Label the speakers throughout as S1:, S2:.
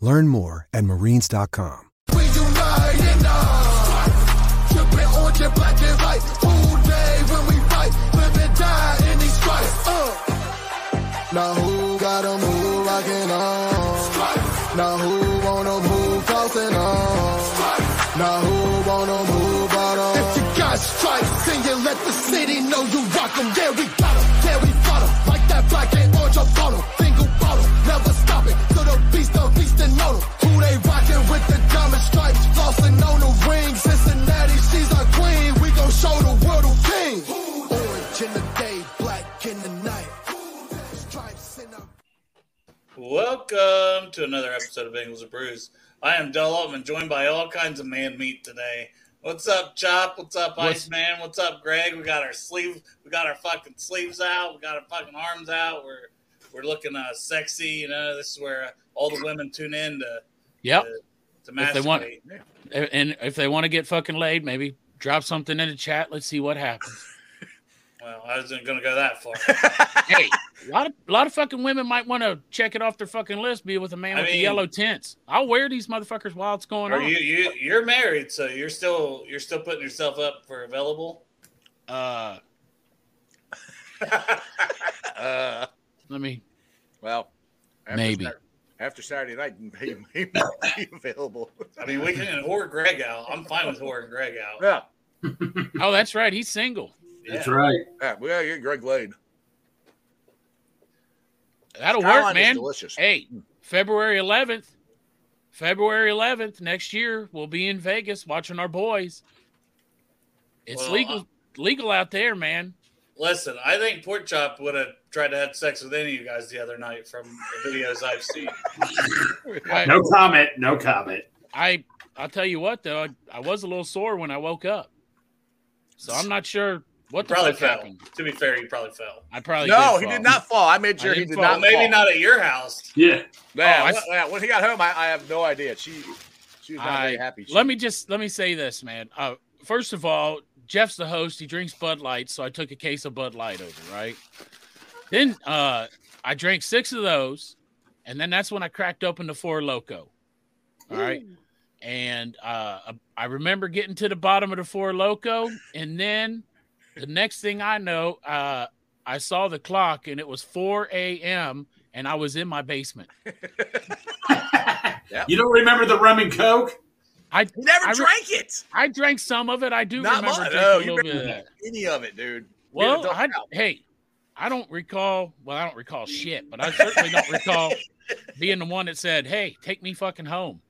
S1: Learn more at marines.com.
S2: We united now. Tripping on your black and white. Full day when we fight. Living die in these stripes. Uh. Now who got 'em who rocking on? Now who wanna move crossing on? Now who wanna move out on? If you got stripes, then you let the city know you rock 'em. Yeah, we got 'em. Yeah, we fought 'em. Like that black and orange, I bought 'em. Single bottle, never stop it. To the beast, the beast and know 'em. Who they rockin' with the diamond stripes? Flossing on the ring. Cincinnati, she's our queen. We gon' show the world who king. Orange in the day, black in the night. Stripes in our
S3: Welcome to another episode of Bengals and Brews. I am Del Altman, joined by all kinds of man meat today. What's up, Chop? What's up,
S4: What's-
S3: Iceman? What's up, Greg? We got our sleeve, we got our fucking sleeves out, we got our fucking arms out. We're we're looking uh, sexy, you know. This is where all the women tune in to
S4: Yep.
S3: to
S4: If they want-
S3: masturbate.
S4: And if they want to get fucking laid, maybe drop something in the chat. Let's see what happens.
S3: Well, I wasn't going to go that far.
S4: hey, a lot of a lot of fucking women might want to check it off their fucking list. Be with a man
S3: I
S4: with the
S3: mean-
S4: yellow tints. I'll wear these motherfuckers while it's going
S3: Are
S4: on.
S3: you you you're married, so you're still you're still putting yourself up for available.
S4: Uh,
S5: Uh,
S4: let me.
S5: well, after
S4: Maybe.
S5: Sat- after Saturday night, he may not be available.
S3: I mean, we can whore Greg out. I'm fine with whoring Greg out.
S5: yeah,
S4: Oh, that's right. He's single.
S3: Yeah.
S6: right.
S5: yeah, well, you're Greg Lane.
S4: That'll
S5: Skyline
S4: work,
S5: is
S4: man.
S5: delicious.
S4: Hey, February 11th, February 11th next year, we'll be in Vegas watching our boys. It's
S3: Well,
S5: uh,
S4: legal, legal out there, man.
S3: Listen, I think Pork Chop would have tried to have sex with any of you guys the other night from the videos I've seen.
S4: I,
S6: No comment. No comment.
S4: I I'll tell you what though, I, I was a little sore when I woke up, so I'm not sure what the
S3: Probably
S4: fuck
S3: fell.
S4: happened.
S3: To be fair, he probably fell.
S4: I probably
S5: no, he
S4: fall.
S5: did not fall. I made
S4: I
S5: sure he
S4: didn't
S5: did
S4: fall.
S5: not.
S3: Well, maybe
S5: fall.
S3: not at your house.
S6: Yeah.
S4: Oh, I
S5: Yeah,
S4: s-
S5: well, yeah, when he got home, I, I have no idea. She, she was not
S4: I-
S5: very happy. She-
S4: Let me just let me say this, man. Uh, first of all, Jeff's the host. He drinks Bud Light, so I took a case of Bud Light over, right? Then uh, I drank six of those, and then that's when I cracked open the Four Loco. All right, and uh, I remember getting to the bottom of the Four Loco, and then the next thing I know, uh, I saw the clock, and it was four a.m. And I was in my basement.
S6: You don't remember the rum and coke?
S4: I
S5: He never
S4: I re-
S5: drank it.
S4: I drank some of it. I do
S5: Not
S4: remember
S5: much.
S4: drinking
S5: No,
S4: a
S5: you
S4: little bit of
S5: remember
S4: that.
S5: any of it, dude. You're an
S4: Well,
S5: adult
S4: I,
S5: now.
S4: hey, I don't recall. Well, I don't recall shit, but I certainly don't recall being the one that said, "Hey, take me fucking home."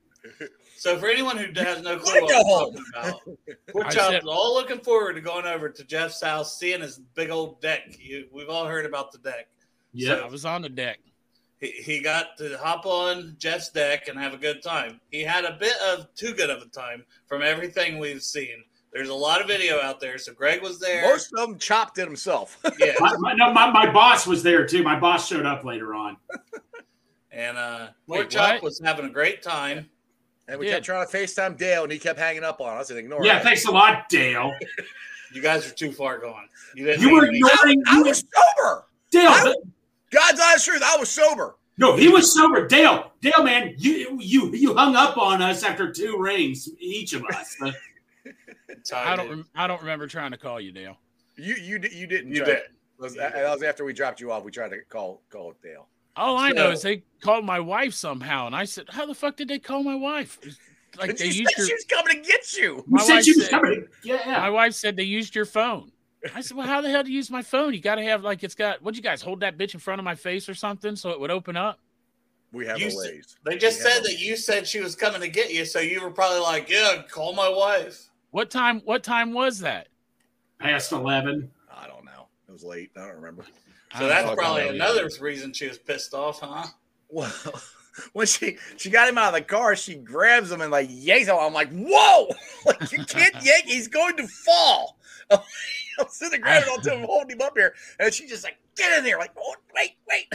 S3: So for anyone who has no
S5: Let
S3: clue
S5: him
S3: what I'm
S5: go
S3: talking about, Pork
S4: I
S3: Chop
S4: said-
S3: is all looking forward to going over to Jeff's house, seeing his big old deck. You, we've all heard about the deck.
S4: I
S6: Yeah.
S4: was on the deck.
S3: He, he got to hop on Jeff's deck and have a good time. He had a bit of too good of a time from everything we've seen. There's a lot of video out there. So Greg was there.
S5: Most of them chopped it himself.
S3: yeah.
S6: My, my, no, my, my boss was there too. My boss showed up later on.
S3: And uh,
S4: Wait,
S3: Pork Chop
S4: what?
S3: was having a great time.
S5: and we
S4: Yeah.
S5: kept trying to FaceTime Dale, and he kept hanging up on us and ignoring
S6: Yeah.
S5: us.
S6: Thanks a lot, Dale.
S3: You guys are too far gone. You didn't.
S6: You were
S3: need me.
S6: ignoring.
S5: I
S6: you
S5: was
S6: was,
S5: sober.
S6: Dale.
S5: I-
S6: th-
S5: God's honest truth, I was sober.
S6: no, he was sober. Dale. Dale, man, you you you hung up on us after two rings each of us. Uh,
S4: I don't.
S3: Tired.
S4: Rem- I don't remember trying to call you, Dale.
S5: You you di- you didn't.
S3: You
S5: try-
S3: did.
S5: Was, and that uh, was after we dropped you off. We tried to call call Dale.
S4: All I know
S3: So-
S4: is they called my wife somehow, and I said, "How the fuck did they call my wife?" It's like they
S7: she
S4: used
S7: said
S4: your.
S7: she's coming to get you.
S6: You
S4: My
S6: said
S4: wife
S6: she was
S4: said-
S6: coming. to- Yeah,
S4: My
S6: yeah.
S4: wife said they used your phone. I said, well, how the hell do you use my phone? You got to have like it's got. What'd you guys hold that bitch in front of my face or something so it would open up?
S5: We have
S3: You
S5: a
S3: s-
S5: ways.
S3: They just
S5: We have
S3: said
S5: a-
S3: that you said she was coming to get you, so you were probably like, "Yeah, call my wife."
S4: What time? What time was that?
S6: Past eleven.
S5: I don't know. It was late. I don't remember.
S4: I
S3: So
S4: don't
S3: that's
S4: fucking
S3: probably
S4: know.
S3: another reason she was pissed off, huh?
S5: Well, when she she got him out of the car, she grabs him and like yanks him. I'm like, whoa! Like you can't yank. He's going to fall. I'm sitting there grabbing onto him, holding him up here, and she just like, get in there! Like, oh, wait, wait.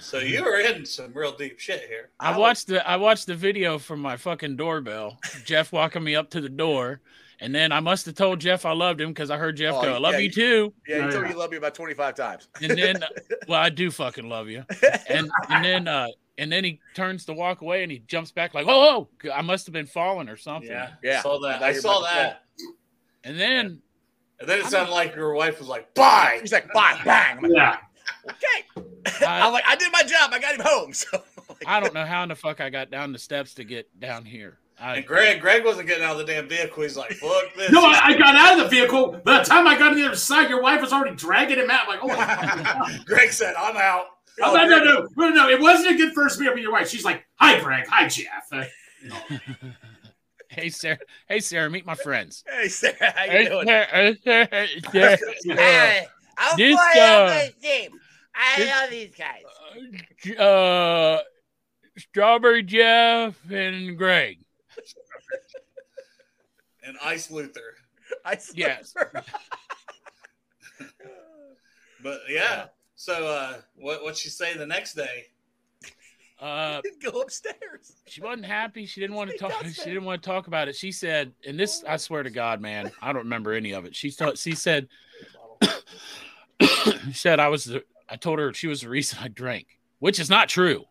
S3: So you were in some real deep shit here.
S4: I watched the I watched the video from my fucking doorbell. Jeff walking me up to the door, and then I must have told Jeff I loved him because I heard Jeff
S5: Oh,
S4: go, "I love
S5: yeah,
S4: you
S5: you-
S4: too."
S5: Yeah,
S6: No,
S5: you told
S6: yeah.
S5: me you love me about 25 times.
S4: And then, well, I do fucking love you. And and then uh and then he turns to walk away and he jumps back like, "Oh, oh, I must have been falling or something."
S3: Yeah,
S5: Yeah,
S3: I saw that. I
S5: I thought you were
S3: saw
S5: about to
S3: that.
S4: And then
S3: And then it
S4: I'm-
S3: sounded like your wife was like, "Bye."
S5: He's like, bang, bang. I'm like,
S6: Yeah.
S5: okay.
S4: I-
S5: I'm like, I did my job. I got him home. So
S4: I don't know how in the fuck I got down the steps to get down here. I,
S3: And Greg, Greg wasn't getting out of the damn vehicle. He's like, "Fuck this."
S6: No, I, I got out of the vehicle. By the time I got on the other side, your wife was already dragging him out. I'm like, oh, my fucking God.
S3: Greg said, "I'm out."
S6: Oh, no, no, no, no, no. It wasn't a good first meeting with your wife. She's like, "Hi, Greg. Hi, Jeff." Uh,
S4: hey Sarah, hey Sarah, meet my friends.
S5: hey, Sarah, how you
S4: Hey,
S5: doing?
S4: Sarah, hey, Sarah, Sarah.
S7: I'm
S4: This
S7: playing
S4: guy-
S7: on the team. I
S4: this-
S7: love these guys.
S4: uh, Strawberry Jeff and Greg.
S3: And Ice Luther.
S5: I slept
S4: Yes.
S5: her.
S3: But yeah. So uh, what what she say the next day?
S4: Uh,
S5: Go upstairs.
S4: she wasn't happy. She didn't want to
S5: She
S4: talk.
S5: doesn't.
S4: She didn't want to talk about it. She said, and this, I swear to God, man, I don't remember any of it. She thought she said, she said I was. The, I told her she was the reason I drank, which is not true.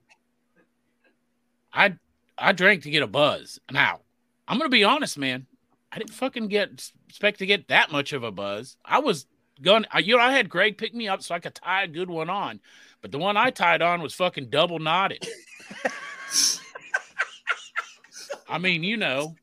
S4: I I drank to get a buzz. Now I'm gonna be honest, man. I didn't fucking get expect to get that much of a buzz. I was going. I- You know, I had Greg pick me up so I could tie a good one on, but the one I tied on was fucking double knotted. I mean, you know,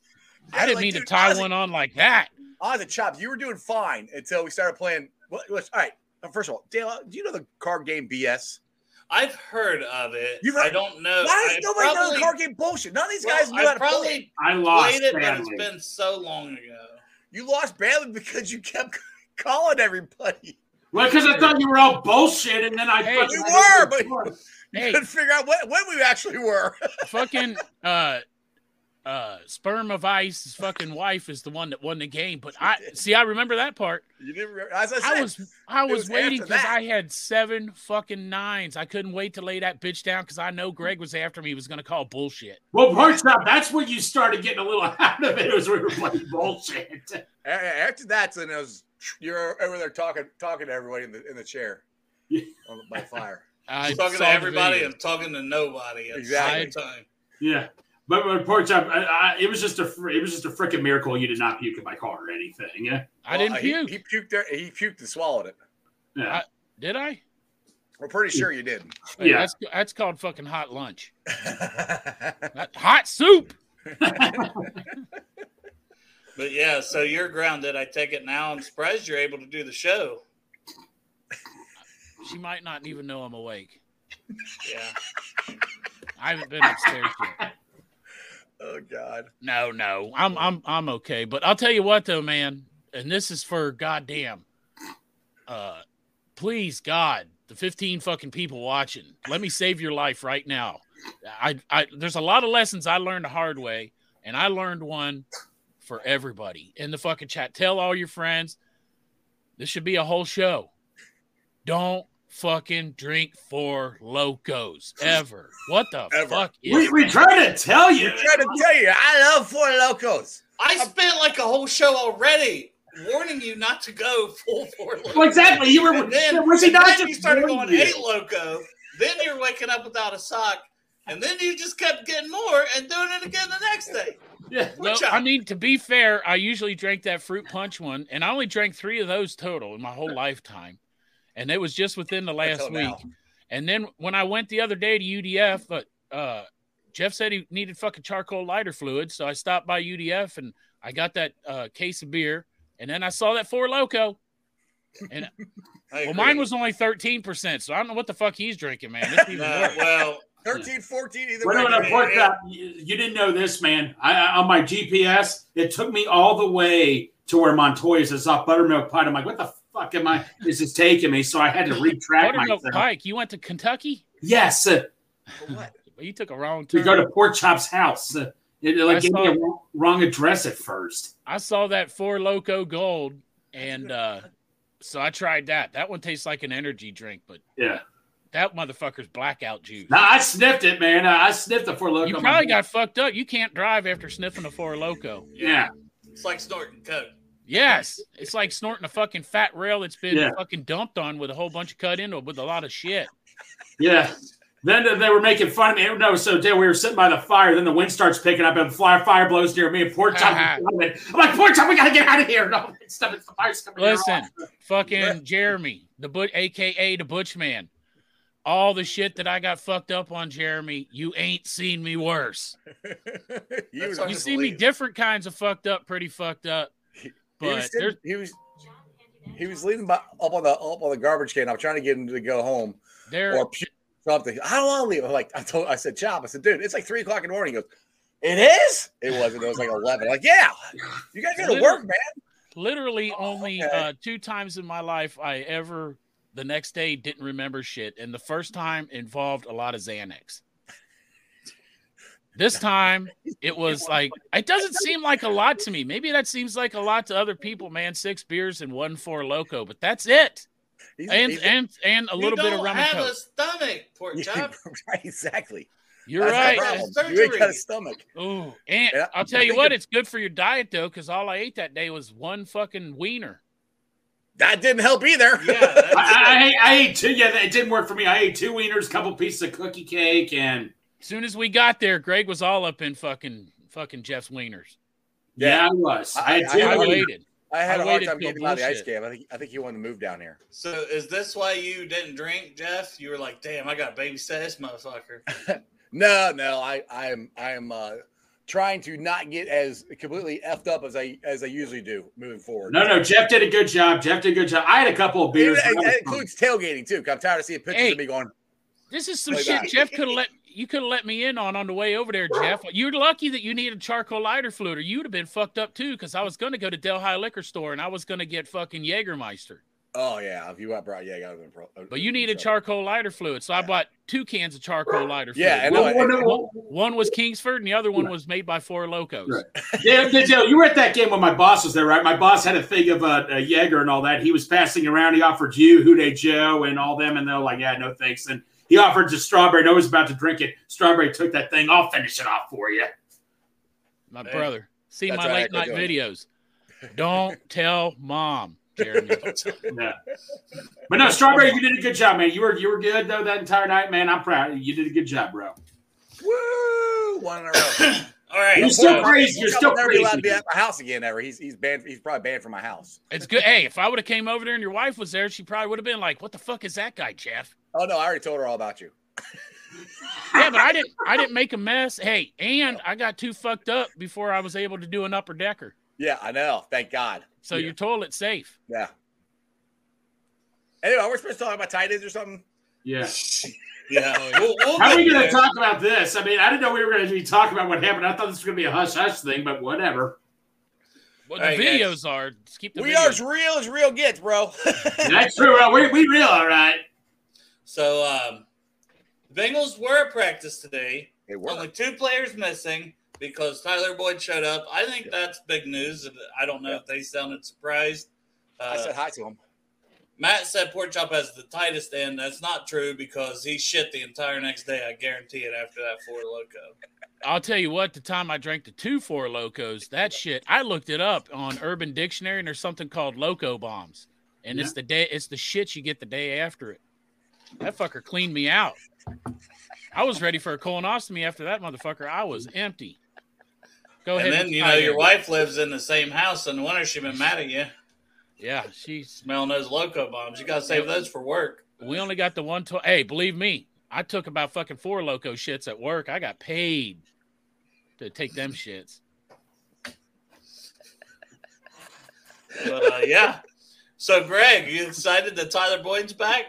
S4: I
S5: Yeah,
S4: didn't
S5: like,
S4: mean to
S5: dude,
S4: tie
S5: Ozzy-
S4: one on like that.
S5: Oz and Chops, you were doing fine until we started playing. Well, it was- all right. Uh, First of all, Dale, do you know the card game BS?
S3: I've heard of it.
S5: You
S3: I
S5: right.
S3: don't know.
S5: Why does
S3: Uh, I
S5: nobody know the
S3: probably-
S5: card game bullshit? None of these
S3: well,
S5: guys knew
S3: I
S5: how to
S3: probably
S5: play. it.
S6: I lost
S3: played it, but it's
S6: badly.
S3: been so long ago.
S5: You lost badly because you kept calling everybody.
S6: Well, because I thought you were all bullshit, and then I
S4: Hey,
S6: fucking-
S5: you were, but- You
S4: Hey,
S5: couldn't figure out what, when we actually were.
S4: fucking uh uh sperm of ice's fucking wife is the one that won the game but i see i remember that part
S5: you didn't remember. As I said,
S4: i was i
S5: it
S4: was,
S5: was
S4: waiting
S5: after
S4: because
S5: that.
S4: i had seven fucking nines i couldn't wait to lay that bitch down because i know greg was after me he was gonna call bullshit
S6: well, Bartshop, that's when you started getting a little out of it. Was we were playing bullshit.
S5: a- a- after that, then it was you're over there talking talking to everybody in the in the chair
S6: Yeah.
S5: on, by the fire.
S4: i
S3: talking
S4: saw
S3: to
S4: the
S3: everybody
S4: video.
S3: and talking to nobody at
S5: Exactly.
S3: the same time.
S6: Yeah, but, but Bartshop, I, I, it was just a fr- it was just a freaking miracle you did not puke in my car or anything. Yeah,
S4: i
S5: Well,
S4: didn't
S5: he-
S4: puke
S5: He, puked. There, he puked and swallowed it.
S6: yeah.
S4: did i
S5: We're pretty sure you did.
S4: Wait,
S6: Yeah.
S4: that's that's called fucking hot lunch
S5: not
S4: That- hot soup
S3: But yeah, so you're grounded. I take it now. I'm surprised you're able to do the show.
S4: she might not even know i'm awake
S3: Yeah.
S4: i haven't been upstairs yet
S5: Oh God!
S4: No, no, I'm I'm I'm okay. But I'll tell you what though, man, and this is for goddamn. Uh, please, God, the 15 fucking people watching, let me save your life right now. I I there's a lot of lessons I learned the hard way, and I learned one for everybody in the fucking chat. Tell all your friends. This should be a whole show. Don't fucking drink four locos ever. What the
S5: Ever.
S4: fuck is
S6: we we tried to tell you.
S5: Trying to tell you, I love Four Locos.
S3: I spent like a whole show already warning you not to go full four loco.
S6: Well, exactly. You were.
S3: And then,
S6: was he
S3: and
S6: not
S3: then
S6: just
S3: you started
S6: warning
S3: going
S6: you?
S3: eight loco. Then you're waking up without a sock. And then you just kept getting more and doing it again the next day.
S6: Yeah.
S4: Well,
S3: Which I-
S4: I mean, to be fair, I usually drank that fruit punch one, and I only drank three of those total in my whole lifetime, and it was just within the last
S5: Until
S4: week.
S5: now.
S4: And then when I went the other day to UDF, but uh, Jeff said he needed fucking charcoal lighter fluid, so I stopped by UDF and I got that uh, case of beer, and then I saw that Four Loco. And well, mine was only thirteen percent, so I don't know what the fuck he's drinking, man. It's even
S3: No,
S4: worse.
S3: Uh, well,
S5: 13, 14, either
S6: We're
S5: way.
S6: gonna
S5: man.
S6: work that. You you didn't know this, man. I, I, on my GPS, it took me all the way to where Montoya's is off Buttermilk Pike. I'm like, what the fuck am I? Is this taking me? So I had to retract myself.
S4: Buttermilk Pike, you went to Kentucky?
S6: Yes, uh,
S5: For what?
S4: Well, you took a wrong
S6: to
S4: turn.
S6: go to Pork Chop's house. Uh, it, it, like
S4: I
S6: gave me
S4: saw-
S6: a wrong, wrong address at first.
S4: I saw that Four Loco Gold, and uh, so I tried that. That one tastes like an energy drink, but
S6: Yeah.
S4: that motherfucker's blackout juice.
S6: No, I sniffed it, man. I I sniffed the Four Loko.
S4: You probably got fucked up. You can't drive after sniffing a Four Loco.
S6: Yeah.
S3: it's like snorting coke.
S4: Yes, it's like snorting a fucking fat rail that's been
S6: Yeah.
S4: fucking dumped on with a whole bunch of cut into it with a lot of shit.
S6: Yeah. Then they were making fun of me. No, so Dale, we were sitting by the fire. Then the wind starts picking up, and the fire, fire blows near me. And poor Chop, I'm like, poor Chop, we gotta get out of here. No, stuff. It's the fire's coming. in.
S4: Listen, fucking Jeremy, the but aka the Butch Man. All the shit that I got fucked up on, Jeremy, you ain't seen me worse.
S5: he,
S3: That's
S5: was,
S3: what
S4: You
S3: Hard to
S4: see me
S3: believe.
S4: different kinds of fucked up, pretty fucked up.
S5: he was
S4: But
S5: sitting-
S4: there's
S5: he was he was leaving by, up on the up on the garbage can. I'm trying to get him to go home
S4: there
S5: or pu- something. I don't want to leave. I'm like I told I said chop. I said, dude, it's like three o'clock in the morning. He goes, It is? It wasn't, it was like eleven. I'm like, yeah, you gotta go to work, man.
S4: literally only
S5: Oh, okay.
S4: uh, two times in my life I ever the next day didn't remember shit, and the first time involved a lot of Xanax. This time it was like it doesn't seem like a lot to me. Maybe that seems like a lot to other people, man. Six beers and one four loco, but that's it.
S5: He's,
S4: And
S5: he's-
S4: and and a
S3: You
S4: little bit of
S3: don't
S4: rum and
S3: have a
S4: coke.
S3: stomach, pork chop.
S5: right, exactly.
S4: You're
S5: That's
S4: right.
S5: the
S3: That's
S5: problem. You ain't got a
S3: surgery.
S5: stomach.
S4: Oh, and
S5: Yeah,
S4: I'll
S5: I
S4: tell you
S5: think
S4: what,
S5: it-
S4: it's good for your diet though, because all I ate that day was one fucking wiener.
S5: That didn't help either.
S3: Yeah, that's-
S6: I, I, I ate two. Yeah, it didn't work for me. I ate two wieners, couple pieces of cookie cake, and
S4: soon as we got there, Greg was all up in fucking fucking Jeff's wieners.
S6: yeah,
S5: Yeah.
S6: I was. I,
S5: I-
S6: had
S5: I-
S6: two.
S4: I
S6: wieners.
S4: waited.
S5: I had
S4: I
S5: a hard
S4: waited
S5: time
S4: till
S5: getting him out of the ice
S4: bullshit.
S5: game. I think I think he wanted to move down here.
S3: So is this why you didn't drink, Jeff? You were like, "Damn, I got to babysit this motherfucker."
S5: No, no, I I am I am uh trying to not get as completely effed up as I as I usually do moving forward.
S6: no, no, Jeff did a good job. Jeff did a good job. I had a couple of beers.
S5: It,
S6: but I was
S5: it includes tailgating too. 'cause I'm tired of seeing pictures
S4: Hey.
S5: of me going.
S4: This is some
S5: Way
S4: shit
S5: back.
S4: Jeff could have let you could have let me in on on the way over there, Jeff. You're lucky that you needed charcoal lighter fluid, or you'd have been fucked up too. Because I was gonna go to Delhi Liquor Store and I was gonna get fucking Jägermeister,
S5: Oh yeah, if you got brought, yeah, I got pro.
S4: but you needed
S5: trouble.
S4: charcoal lighter fluid, so I bought two cans of charcoal lighter fluid.
S5: Yeah, and
S6: Well,
S5: no,
S6: no,
S5: it-
S6: well,
S4: one was Kingsford and the other one was made by Four Locos.
S6: Right. Dale, Dale, you were at that game when my boss was there, right? My boss had a thing of uh, uh, Jaeger and all that. He was passing around. He offered you Houday Joe and all them, and they're like, "Yeah, no thanks." And he offered to Strawberry. No, was about to drink it. Strawberry took that thing. I'll finish it off for you.
S4: My
S3: Hey,
S4: brother. See
S5: that's
S4: my
S5: right, I
S4: late
S5: could
S4: night
S5: do it.
S4: videos. Don't tell mom, Jeremy.
S6: Yeah. But no, Strawberry, you did a good job, man. You were you were good though that entire night, man. I'm proud. You did a good job, bro.
S5: Woo! One in a row.
S3: All right,
S6: You're
S3: so
S6: still crazy. You're
S5: He'll
S6: still
S5: never be allowed to be
S6: crazy.
S5: at my house again ever. He's he's banned. He's probably banned from my house.
S4: It's good. Hey, if I would have came over there and your wife was there, she probably would have been like, "What the fuck is that guy, Jeff?"
S5: Oh no, I already told her all about you.
S4: Yeah, but I didn't. I didn't make a mess. Hey, and I got too fucked up before I was able to do an upper decker.
S5: Yeah, I know. Thank God.
S4: So your toilet's safe.
S5: Yeah. Anyway, we're supposed to talk about tight ends or something.
S6: Yeah.
S3: yeah, we'll, we'll
S6: How are we
S3: get
S6: going to
S3: there.
S6: talk about this? I mean, I didn't know we were going to be talking about what happened. I thought this was going to be a hush hush thing, but whatever.
S4: Well,
S3: All
S4: the
S3: right, guys.
S4: videos are. Just keep the
S5: We are
S4: videos.
S5: as real as real gets, bro.
S6: That's true. Well, we we real, all right.
S3: So um, the Bengals were at practice today.
S5: It
S3: Only two players missing because Tyler Boyd showed up. I think that's big news. I don't know if they sounded surprised. Uh,
S5: I said hi to him.
S3: Matt said Pork Chop has the tightest end. That's not true because he shit the entire next day. I guarantee it after that four loco.
S4: I'll tell you what. The time I drank the two four locos, that shit. I looked it up on Urban Dictionary, and there's something called loco bombs, and it's the day. It's the shit you get the day after it. That fucker cleaned me out. I was ready for a colonoscopy after that motherfucker. I was empty. Go
S3: And
S4: ahead.
S3: then
S4: with
S3: you
S4: tight
S3: know your
S4: end.
S3: wife lives in the same house, and the winter she been mad at you
S4: Yeah, she's.
S3: smelling those loco bombs. You gotta save those for work.
S4: We only got the one. To- hey, believe me, I took about fucking four loco shits at work. I got paid to take them shits.
S3: But uh, yeah. So Greg, you excited that Tyler Boyd's back?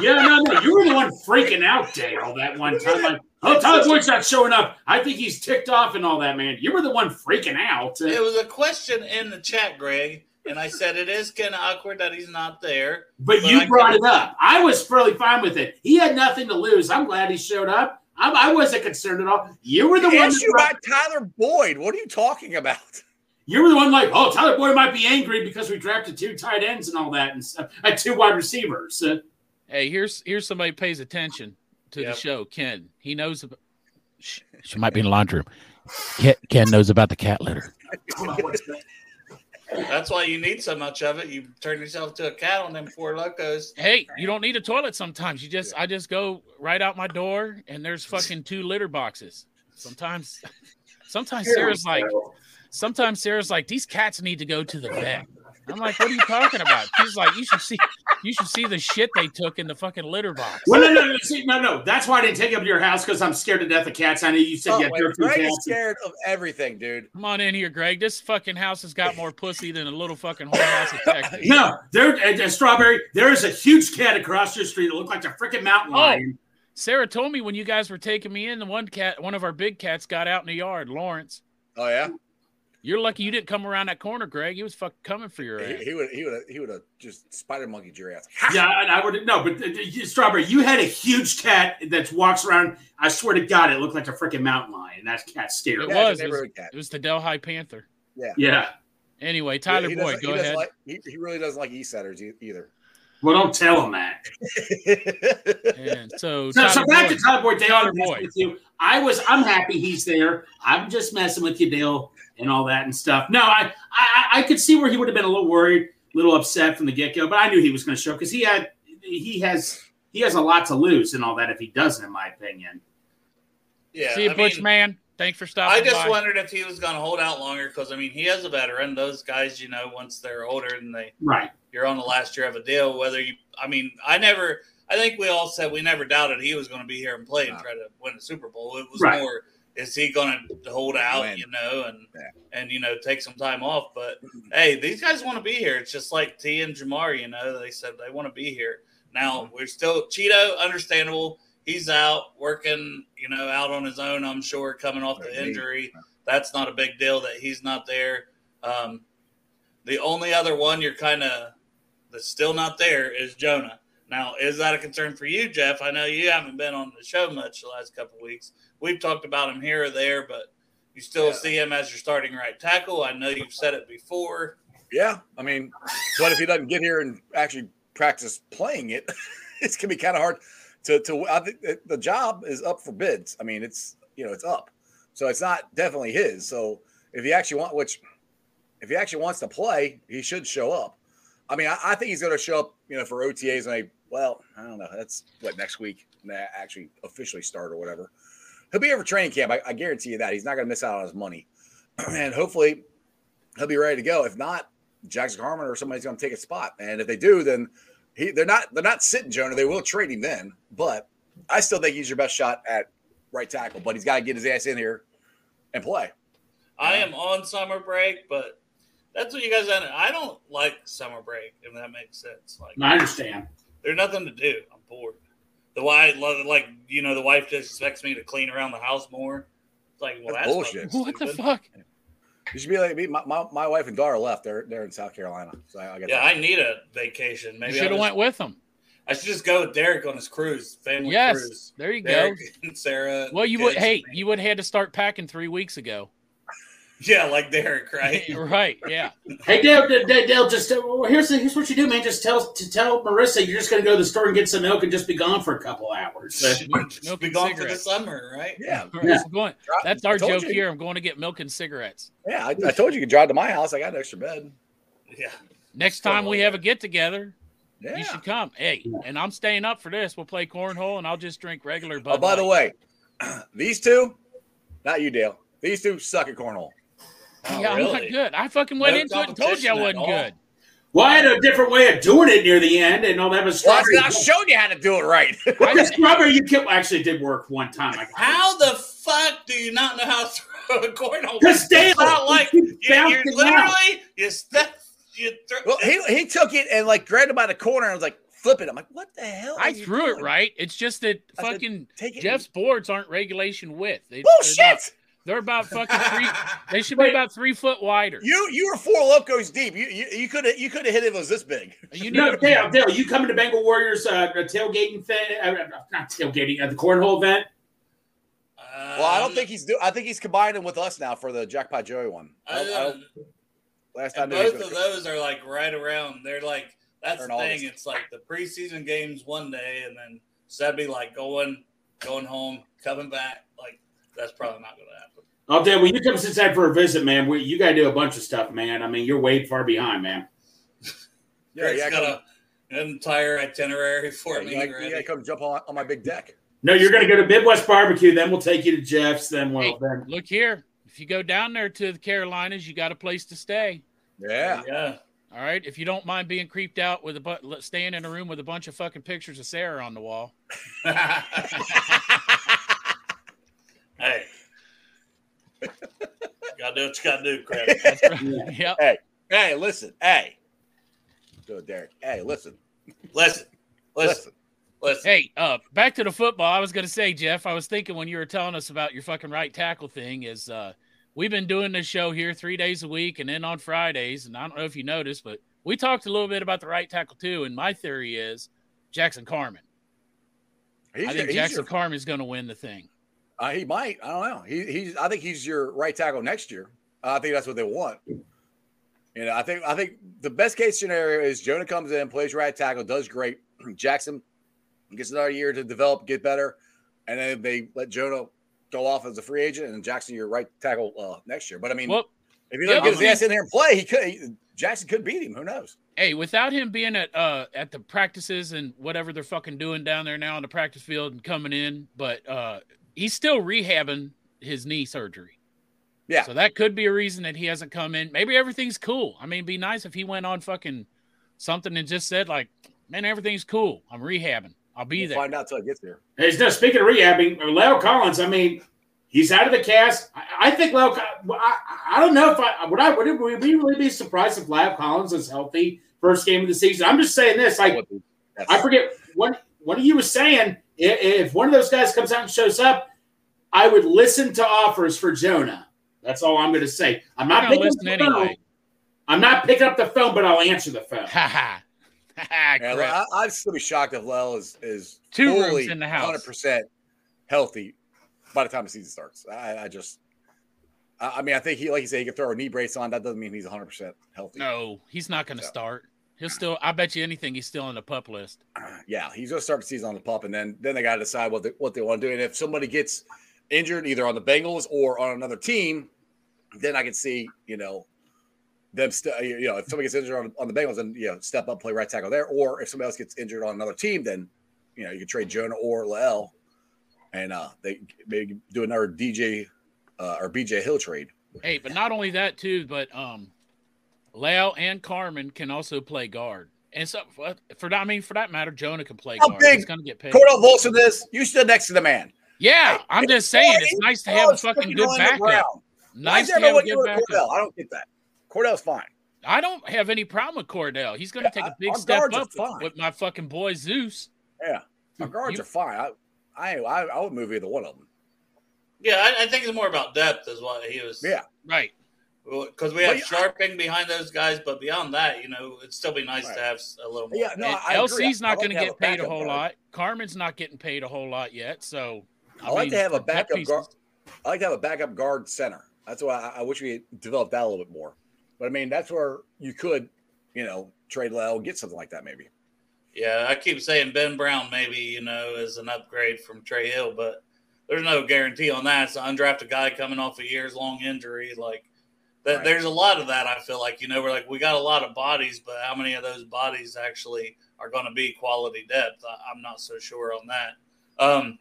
S6: Yeah, no, no. You were the one freaking out, Dale, that one time. Like, oh, Todd Boyd's not showing up. I think he's ticked off and all that, man. You were the one freaking out.
S3: It was a question in the chat, Greg, and I said it is kind of awkward that he's not there.
S6: But
S3: I
S6: you brought it
S3: couldn't-
S6: up. I was fairly fine with it. He had nothing to lose. I'm glad he showed up. I'm, I wasn't concerned at all. You were the
S5: The
S6: one. that
S5: issue
S6: brought-
S5: about Tyler Boyd. What are you talking about?
S6: You were the one like, oh, Tyler Boyd might be angry because we drafted two tight ends and all that, and stuff, uh, two wide receivers. Uh,
S4: Hey, here's here's somebody who pays attention to
S3: Yep.
S4: the show. Ken, he knows. About, she, she might be in the laundry room. Ken, Ken knows about the cat litter.
S3: That's why you need so much of it. You turn yourself to a cat on them four locos.
S4: Hey, you don't need a toilet sometimes. You just I just go right out my door and there's fucking two litter boxes. Sometimes sometimes Sarah's like sometimes Sarah's like these cats need to go to the vet. I'm like, what are you talking about? She's like, you should see you should see the shit they took in the fucking litter box.
S6: well, no, no, no, see, no, no. That's why I didn't take up your house because I'm scared to death of cats. I know you said
S5: Oh,
S6: you had
S5: wait,
S6: your two
S5: Greg is
S6: cats.
S5: scared of everything, dude.
S4: Come on in here, Greg. This fucking house has got more pussy than a little fucking whorehouse in Texas.
S6: No, there, uh, uh, strawberry. There is a huge cat across your street that looked like a freaking mountain
S4: Oh.
S6: lion.
S4: Sarah told me when you guys were taking me in, the one cat, one of our big cats, got out in the yard. Lawrence,
S5: Oh yeah,
S4: you're lucky you didn't come around that corner, Greg. He was fucking coming for your ass.
S5: he, he would he would he would have just spider monkeyed your ass.
S6: Yeah, and I would no, but uh, you- strawberry, you had a huge cat that walks around. I swear to God, it looked like a freaking mountain lion. and That cat's
S4: It
S6: scary.
S5: Yeah,
S4: was.
S5: the
S4: It was,
S5: neighborhood cat.
S4: it was the Delhi Panther.
S6: Yeah.
S4: Anyway, Tyler
S5: He
S4: Boyd,
S5: doesn't-
S4: go
S5: he doesn't
S4: ahead.
S5: Like, he, he really doesn't like East Setters e- either.
S6: Well, don't tell him that.
S4: and so,
S6: So, so
S4: Tyler
S6: back
S4: Boyd.
S6: to Tyler Boyd. Dale,
S4: Tyler
S6: I'm messing
S4: Boyd.
S6: with you. I was. I'm happy he's there. I'm just messing with you, Dale, and all that and stuff. No, I I, I could see where he would have been a little worried, a little upset from the get go, but I knew he was going to show because he had he has he has a lot to lose and all that if he doesn't, in my opinion.
S3: Yeah,
S4: see you,
S3: I
S4: Butch
S3: mean,
S4: man. Thanks for stopping.
S3: I just
S4: by.
S3: wondered if he was going to hold out longer because I mean he is a veteran. Those guys, you know, once they're older and they
S6: Right.
S3: you're on the last year of a deal, whether you, I mean, I never, I think we all said we never doubted he was going to be here and play and
S5: No.
S3: try to win the Super Bowl. It was
S6: Right.
S3: more, is he going to hold out,
S5: Win.
S3: you know, and,
S5: Yeah. Mm-hmm.
S3: and, you know, take some time off. But hey, these guys want to be here. It's just like T and Jamar, you know, they said they want to be here. Now
S5: Mm-hmm.
S3: we're still, Cheeto, understandable. He's out working, you know, out on his own, I'm sure, coming off the
S5: Right.
S3: injury that's not a big deal that he's not there. Um, the only other one you're kind of that's still not there is Jonah. Now, is that a concern for you, Jeff? I know you haven't been on the show much the last couple weeks. We've talked about him here or there, but you still
S5: Yeah.
S3: see him as your starting right tackle. I know you've said it before.
S5: Yeah, I mean, what if he doesn't get here and actually practice playing it? it's gonna be kind of hard to to. I think that the job is up for bids. I mean, it's you know it's up, so it's not definitely his. So if he actually want, which if he actually wants to play, he should show up. I mean, I, I think he's gonna show up. You know, for OTAs and they well, I don't know. That's what next week. Nah, actually officially start or whatever. He'll be here for training camp. I, I guarantee you that he's not gonna miss out on his money, and hopefully he'll be ready to go. If not. Jackson Harmon or somebody's going to take a spot. And if they do, then he, they're not they're not sitting Jonah. They will trade him then. But I still think he's your best shot at right tackle. But he's got to get his ass in here and play.
S3: I am on summer break, but that's what you guys. I don't like summer break, if that makes sense. Like,
S6: I understand.
S3: There's nothing to do. I'm bored. The wife, like you know, the wife just expects me to clean around the house more. It's like, well,
S5: That's
S3: that's,
S5: bullshit.
S3: bullshit.
S4: What the fuck?
S5: You should be like me. My, my, my wife and daughter left. They're they're in South Carolina. So I, I got
S3: Yeah,
S5: that.
S3: I need a vacation.
S4: You
S3: Maybe I,
S4: should have
S3: just-
S4: went with him.
S3: I should just go with Derek on his cruise, family
S4: Yes,
S3: cruise.
S4: there you go.
S3: Derek and Sarah.
S4: Well, you
S3: kids
S4: would.
S3: and
S4: Hey,
S3: me.
S4: you would have had to start packing three weeks ago.
S3: yeah, like Derek, right?
S4: right? Yeah.
S6: Hey Dale, Dale, Dale, Dale, just uh, well, here's the, here's what you do, man. Just tell to tell Marissa you're just going to go to the store and get some milk and just be gone for a couple hours. Uh,
S3: Just
S4: Milk
S3: be
S4: and
S3: gone for the
S4: cigarettes.
S3: summer, right?
S5: yeah.
S4: That's going-
S5: Dri-
S4: That's
S5: I
S4: our
S5: told
S4: joke
S5: you.
S4: here. I'm going to get milk and cigarettes.
S5: Yeah, I, I told you you could drive to my house. I got an extra bed.
S3: Yeah.
S4: Next
S3: Still
S4: time we
S3: like
S4: have a get together,
S5: Yeah.
S4: you should come. Hey, and I'm staying up for this. We'll play cornhole, and I'll just drink regular. Bud
S5: oh, by the
S4: Light.
S5: way, these two, not you, Dale. These two suck at cornhole.
S3: Oh,
S4: yeah, I'm
S3: really?
S4: not good. I fucking went
S3: No
S4: into it and told you I
S3: competition at
S4: wasn't
S3: all.
S4: good.
S6: Well, I had a different way of doing it near the end, and all that was
S5: Well,
S6: strawberry.
S5: I showed you how to do it right.
S6: The strawberry you kept actually it did work one time. Like,
S3: How the fuck do you not know how to throw a cornhole?
S6: Because Dale-
S3: it's not like you, you're
S6: bouncing
S3: literally
S6: out.
S3: you step you throw.
S5: well, he, he took it and like grabbed it by the corner and was like, flip it. I'm like, what the hell? are
S4: I
S5: you
S4: threw it
S5: doing?
S4: right. It's just that
S5: I said,
S4: fucking
S5: take it
S4: Jeff's boards aren't regulation width. They, They're, not.
S5: Bullshit!
S4: They're about fucking three. They should be about three foot wider.
S5: You you were four locos deep. You you you could have you could have hit it if it was this big.
S4: You need
S6: No,
S4: to-
S6: Dale, Dale, you coming to Bengal Warriors uh, tailgating thing? Uh, not tailgating, uh, the cornhole event.
S5: Well, I
S3: Um, Uh,
S5: don't think he's do. I think he's combining with us now for the Jackpot Joey one. I don't- I don't- last time
S3: and
S5: they
S3: Uh, both
S5: was
S3: of
S5: gonna-
S3: those are like right around. They're like that's
S5: They're
S3: the
S5: in
S3: thing.
S5: August.
S3: It's like the preseason games one day, and then so that'd be like going going home, coming back. Like that's probably not going to happen.
S6: Oh, Dale, when you come sit down for a visit, man, we, you got to do a bunch of stuff, man. I mean, you're way far behind, man.
S5: yeah,
S3: Greg's
S5: yeah,
S3: got
S5: come,
S3: a, an entire itinerary for
S5: yeah,
S3: me.
S5: you gotta- you
S3: already.
S5: gotta come jump on, on my big deck.
S6: No, you're going to go to Midwest Barbecue, then we'll take you to Jeff's, then we'll
S4: Hey,
S6: then.
S4: look here. If you go down there to the Carolinas, you got a place to stay.
S5: Yeah,
S3: yeah.
S4: All right. If you don't mind being creeped out with a but staying in a room with a bunch of fucking pictures of Sarah on the wall.
S3: hey. gotta do what you gotta do, Craig.
S4: That's right. yep.
S5: Hey, listen. Hey, do it, Derek. Hey, listen.
S3: Listen, listen,
S5: Listen.
S3: listen.
S4: Hey, uh, back to the football. I was gonna say, Jeff, I was thinking when you were telling us about your fucking right tackle thing is uh we've been doing this show here three days a week and then on Fridays, and I don't know if you noticed, but we talked a little bit about the right tackle too, and my theory is Jackson Carmen.
S5: He's
S4: I
S5: your-
S4: think
S5: he's
S4: Jackson
S5: your-
S4: Carmen's gonna win the thing.
S5: uh, he might. I don't know. He, he's. I think he's your right tackle next year. I think that's what they want. You know, I think. I think the best case scenario is Jonah comes in, plays right tackle, does great. Jackson gets another year to develop, get better, and then they let Jonah go off as a free agent, and Jackson your right tackle uh, next year. But I mean,
S4: Well,
S5: if he
S4: yeah,
S5: doesn't get
S4: but
S5: his ass in there and play, he could. He, Jackson could beat him. Who knows?
S4: hey, without him being at uh at the practices and whatever they're fucking doing down there now on the practice field and coming in, but uh he's still rehabbing his knee surgery.
S5: Yeah.
S4: So that could be a reason that he hasn't come in. Maybe everything's cool. I mean, it'd be nice if he went on fucking something and just said like, "Man, everything's cool. I'm rehabbing. I'll be
S5: We'll
S4: there."
S5: find out till he gets there.
S6: Hey, no, speaking of rehabbing, Leo Collins, I mean, he's out of the cast. I, I think Leo, Co- well, I, I don't know if I would, I would, it- would we really be surprised if Leo Collins is healthy first game of the season? I'm just saying this. Like,
S5: That's-
S6: I forget what one of you was saying. i- If one of those guys comes out and shows up, I would listen to offers for Jonah. That's all I'm going to say. I'm
S4: I'm
S6: not
S4: gonna
S6: picking up
S4: listen
S6: the phone.
S4: anyway.
S6: I'm not picking up the phone, but I'll answer the phone.
S4: Ha ha. Ha ha.
S5: Yeah,
S4: crap.
S5: I, I'd still be shocked if Lel is is
S4: Two rooms
S5: fully
S4: in the house.
S5: 100% healthy by the time the season starts. I, I just, I, I mean, I think he, like you say, he can throw a knee brace on. That doesn't mean he's 100 percent healthy.
S4: No, he's not going to
S5: So.
S4: start. He'll still. I bet you anything, he's still on the pup list.
S5: Yeah, he's gonna start the season on the pup, and then then they got to decide what they, what they want to do. And if somebody gets injured, either on the Bengals or on another team, then I can see you know them st- uh, you know if somebody gets injured on, on the Bengals, then you know step up, play right tackle there. Or if somebody else gets injured on another team, then you know you can trade Jonah or Lael, and uh they maybe do another DJ uh, or BJ Hill trade.
S4: Hey, but not only that too, but um, Lau and Carmen can also play guard, and so for- for that, I mean, for that matter, Jonah can play
S5: How
S4: guard.
S5: big
S4: He's gonna get paid.
S5: Cordell Volson is you stood next to the man. Oh,
S4: Yeah, I'm just saying, it's nice to have a fucking good backup.
S5: Why
S4: Nice
S5: is
S4: to have a
S5: everyone
S4: good
S5: doing
S4: backup.
S5: Cordell? I don't get that. Cordell's fine.
S4: I don't have any problem with Cordell. He's gonna
S5: Yeah,
S4: take a
S5: I-
S4: big
S5: our
S4: step
S5: guards are
S4: up
S5: fine.
S4: with my fucking boy Zeus.
S5: Yeah, my guards
S4: You-
S5: are fine. I, I, I, I would move either one of them.
S3: Yeah, I, I think it's more about depth, is what he was.
S5: Yeah,
S4: Right.
S3: because we
S5: Well,
S3: have
S5: yeah.
S3: sharping behind those guys, but beyond that, you know, it'd still be nice
S5: Right.
S3: to have s- a little more.
S5: yeah. No,
S4: and
S5: I agree.
S4: LC's
S5: I
S4: not
S5: like
S4: gonna
S5: to have
S4: get paid a
S5: backup
S4: whole
S5: guard.
S4: lot. Carmen's not getting paid a whole lot yet, so
S5: I, like
S4: mean,
S5: to have a
S4: for depth
S5: backup guard.
S4: pieces-
S5: I like to have a backup guard center. That's why I, I wish we had developed that a little bit more. But I mean, that's where you could, you know, trade Lel, get something like that maybe.
S3: Yeah, I keep saying Ben Brown maybe you know is an upgrade from Trey Hill, but there's no guarantee on that. It's an undrafted guy coming off a years long injury. Like that,
S5: Right.
S3: there's a lot of that. I feel like you know we're like we got a lot of bodies, but how many of those bodies actually are going to be quality depth? I, I'm not so sure on that. Um,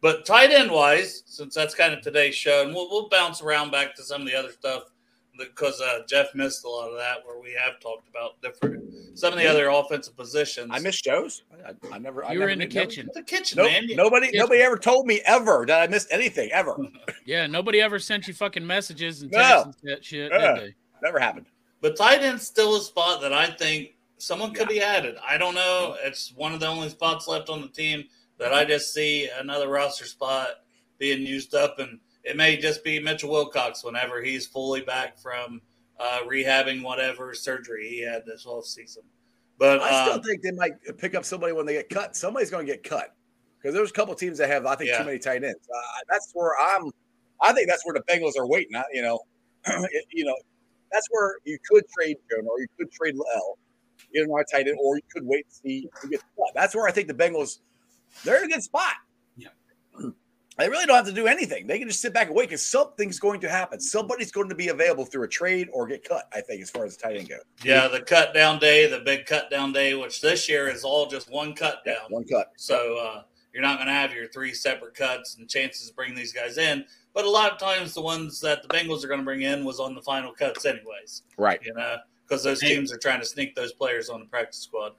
S3: but tight end wise, since that's kind of today's show, and we'll, we'll bounce around back to some of the other stuff because uh, Jeff missed a lot of that where we have talked about different some of the other offensive positions.
S5: I miss shows. I, I- I never. I
S4: You were
S5: never
S4: in the
S5: knew- never-
S4: kitchen.
S3: the kitchen,
S5: Nope,
S3: man.
S5: nobody,
S4: Kitchen.
S5: nobody ever told me ever that I missed anything ever.
S4: Yeah, nobody ever sent you fucking messages and
S5: No.
S4: texts and that shit,
S5: Yeah.
S4: did they?
S5: never happened.
S3: But tight end's still a spot that I think someone could be added. I don't know. It's one of the only spots left on the team that I just see another roster spot being used up, and it may just be Mitchell Wilcox whenever he's fully back from uh, rehabbing whatever surgery he had this off season. But
S5: I
S3: uh,
S5: still think they might pick up somebody when they get cut. Somebody's going to get cut because there's a couple teams that have, I think,
S3: Yeah.
S5: too many tight ends. Uh, that's where I'm. I think that's where the Bengals are waiting. I, you know, it- you know, that's where you could trade Jonah or you could trade L, get another tight end, or you could wait to see who gets cut. That's where I think the Bengals they're in a good spot.
S6: Yeah.
S5: They really don't have to do anything. They can just sit back and wait because something's going to happen. Somebody's going to be available through a trade or get cut. I think, as far as the tight end goes,
S3: yeah, the cut down day, the big cut down day, which this year is all just one cut down.
S5: one cut.
S3: So uh, you're not going to have your three separate cuts and chances to bring these guys in. But a lot of times, the ones that the Bengals are going to bring in was on the final cuts, anyways.
S5: Right.
S3: You know, because those
S6: Hey.
S3: teams are trying to sneak those players on the practice squad.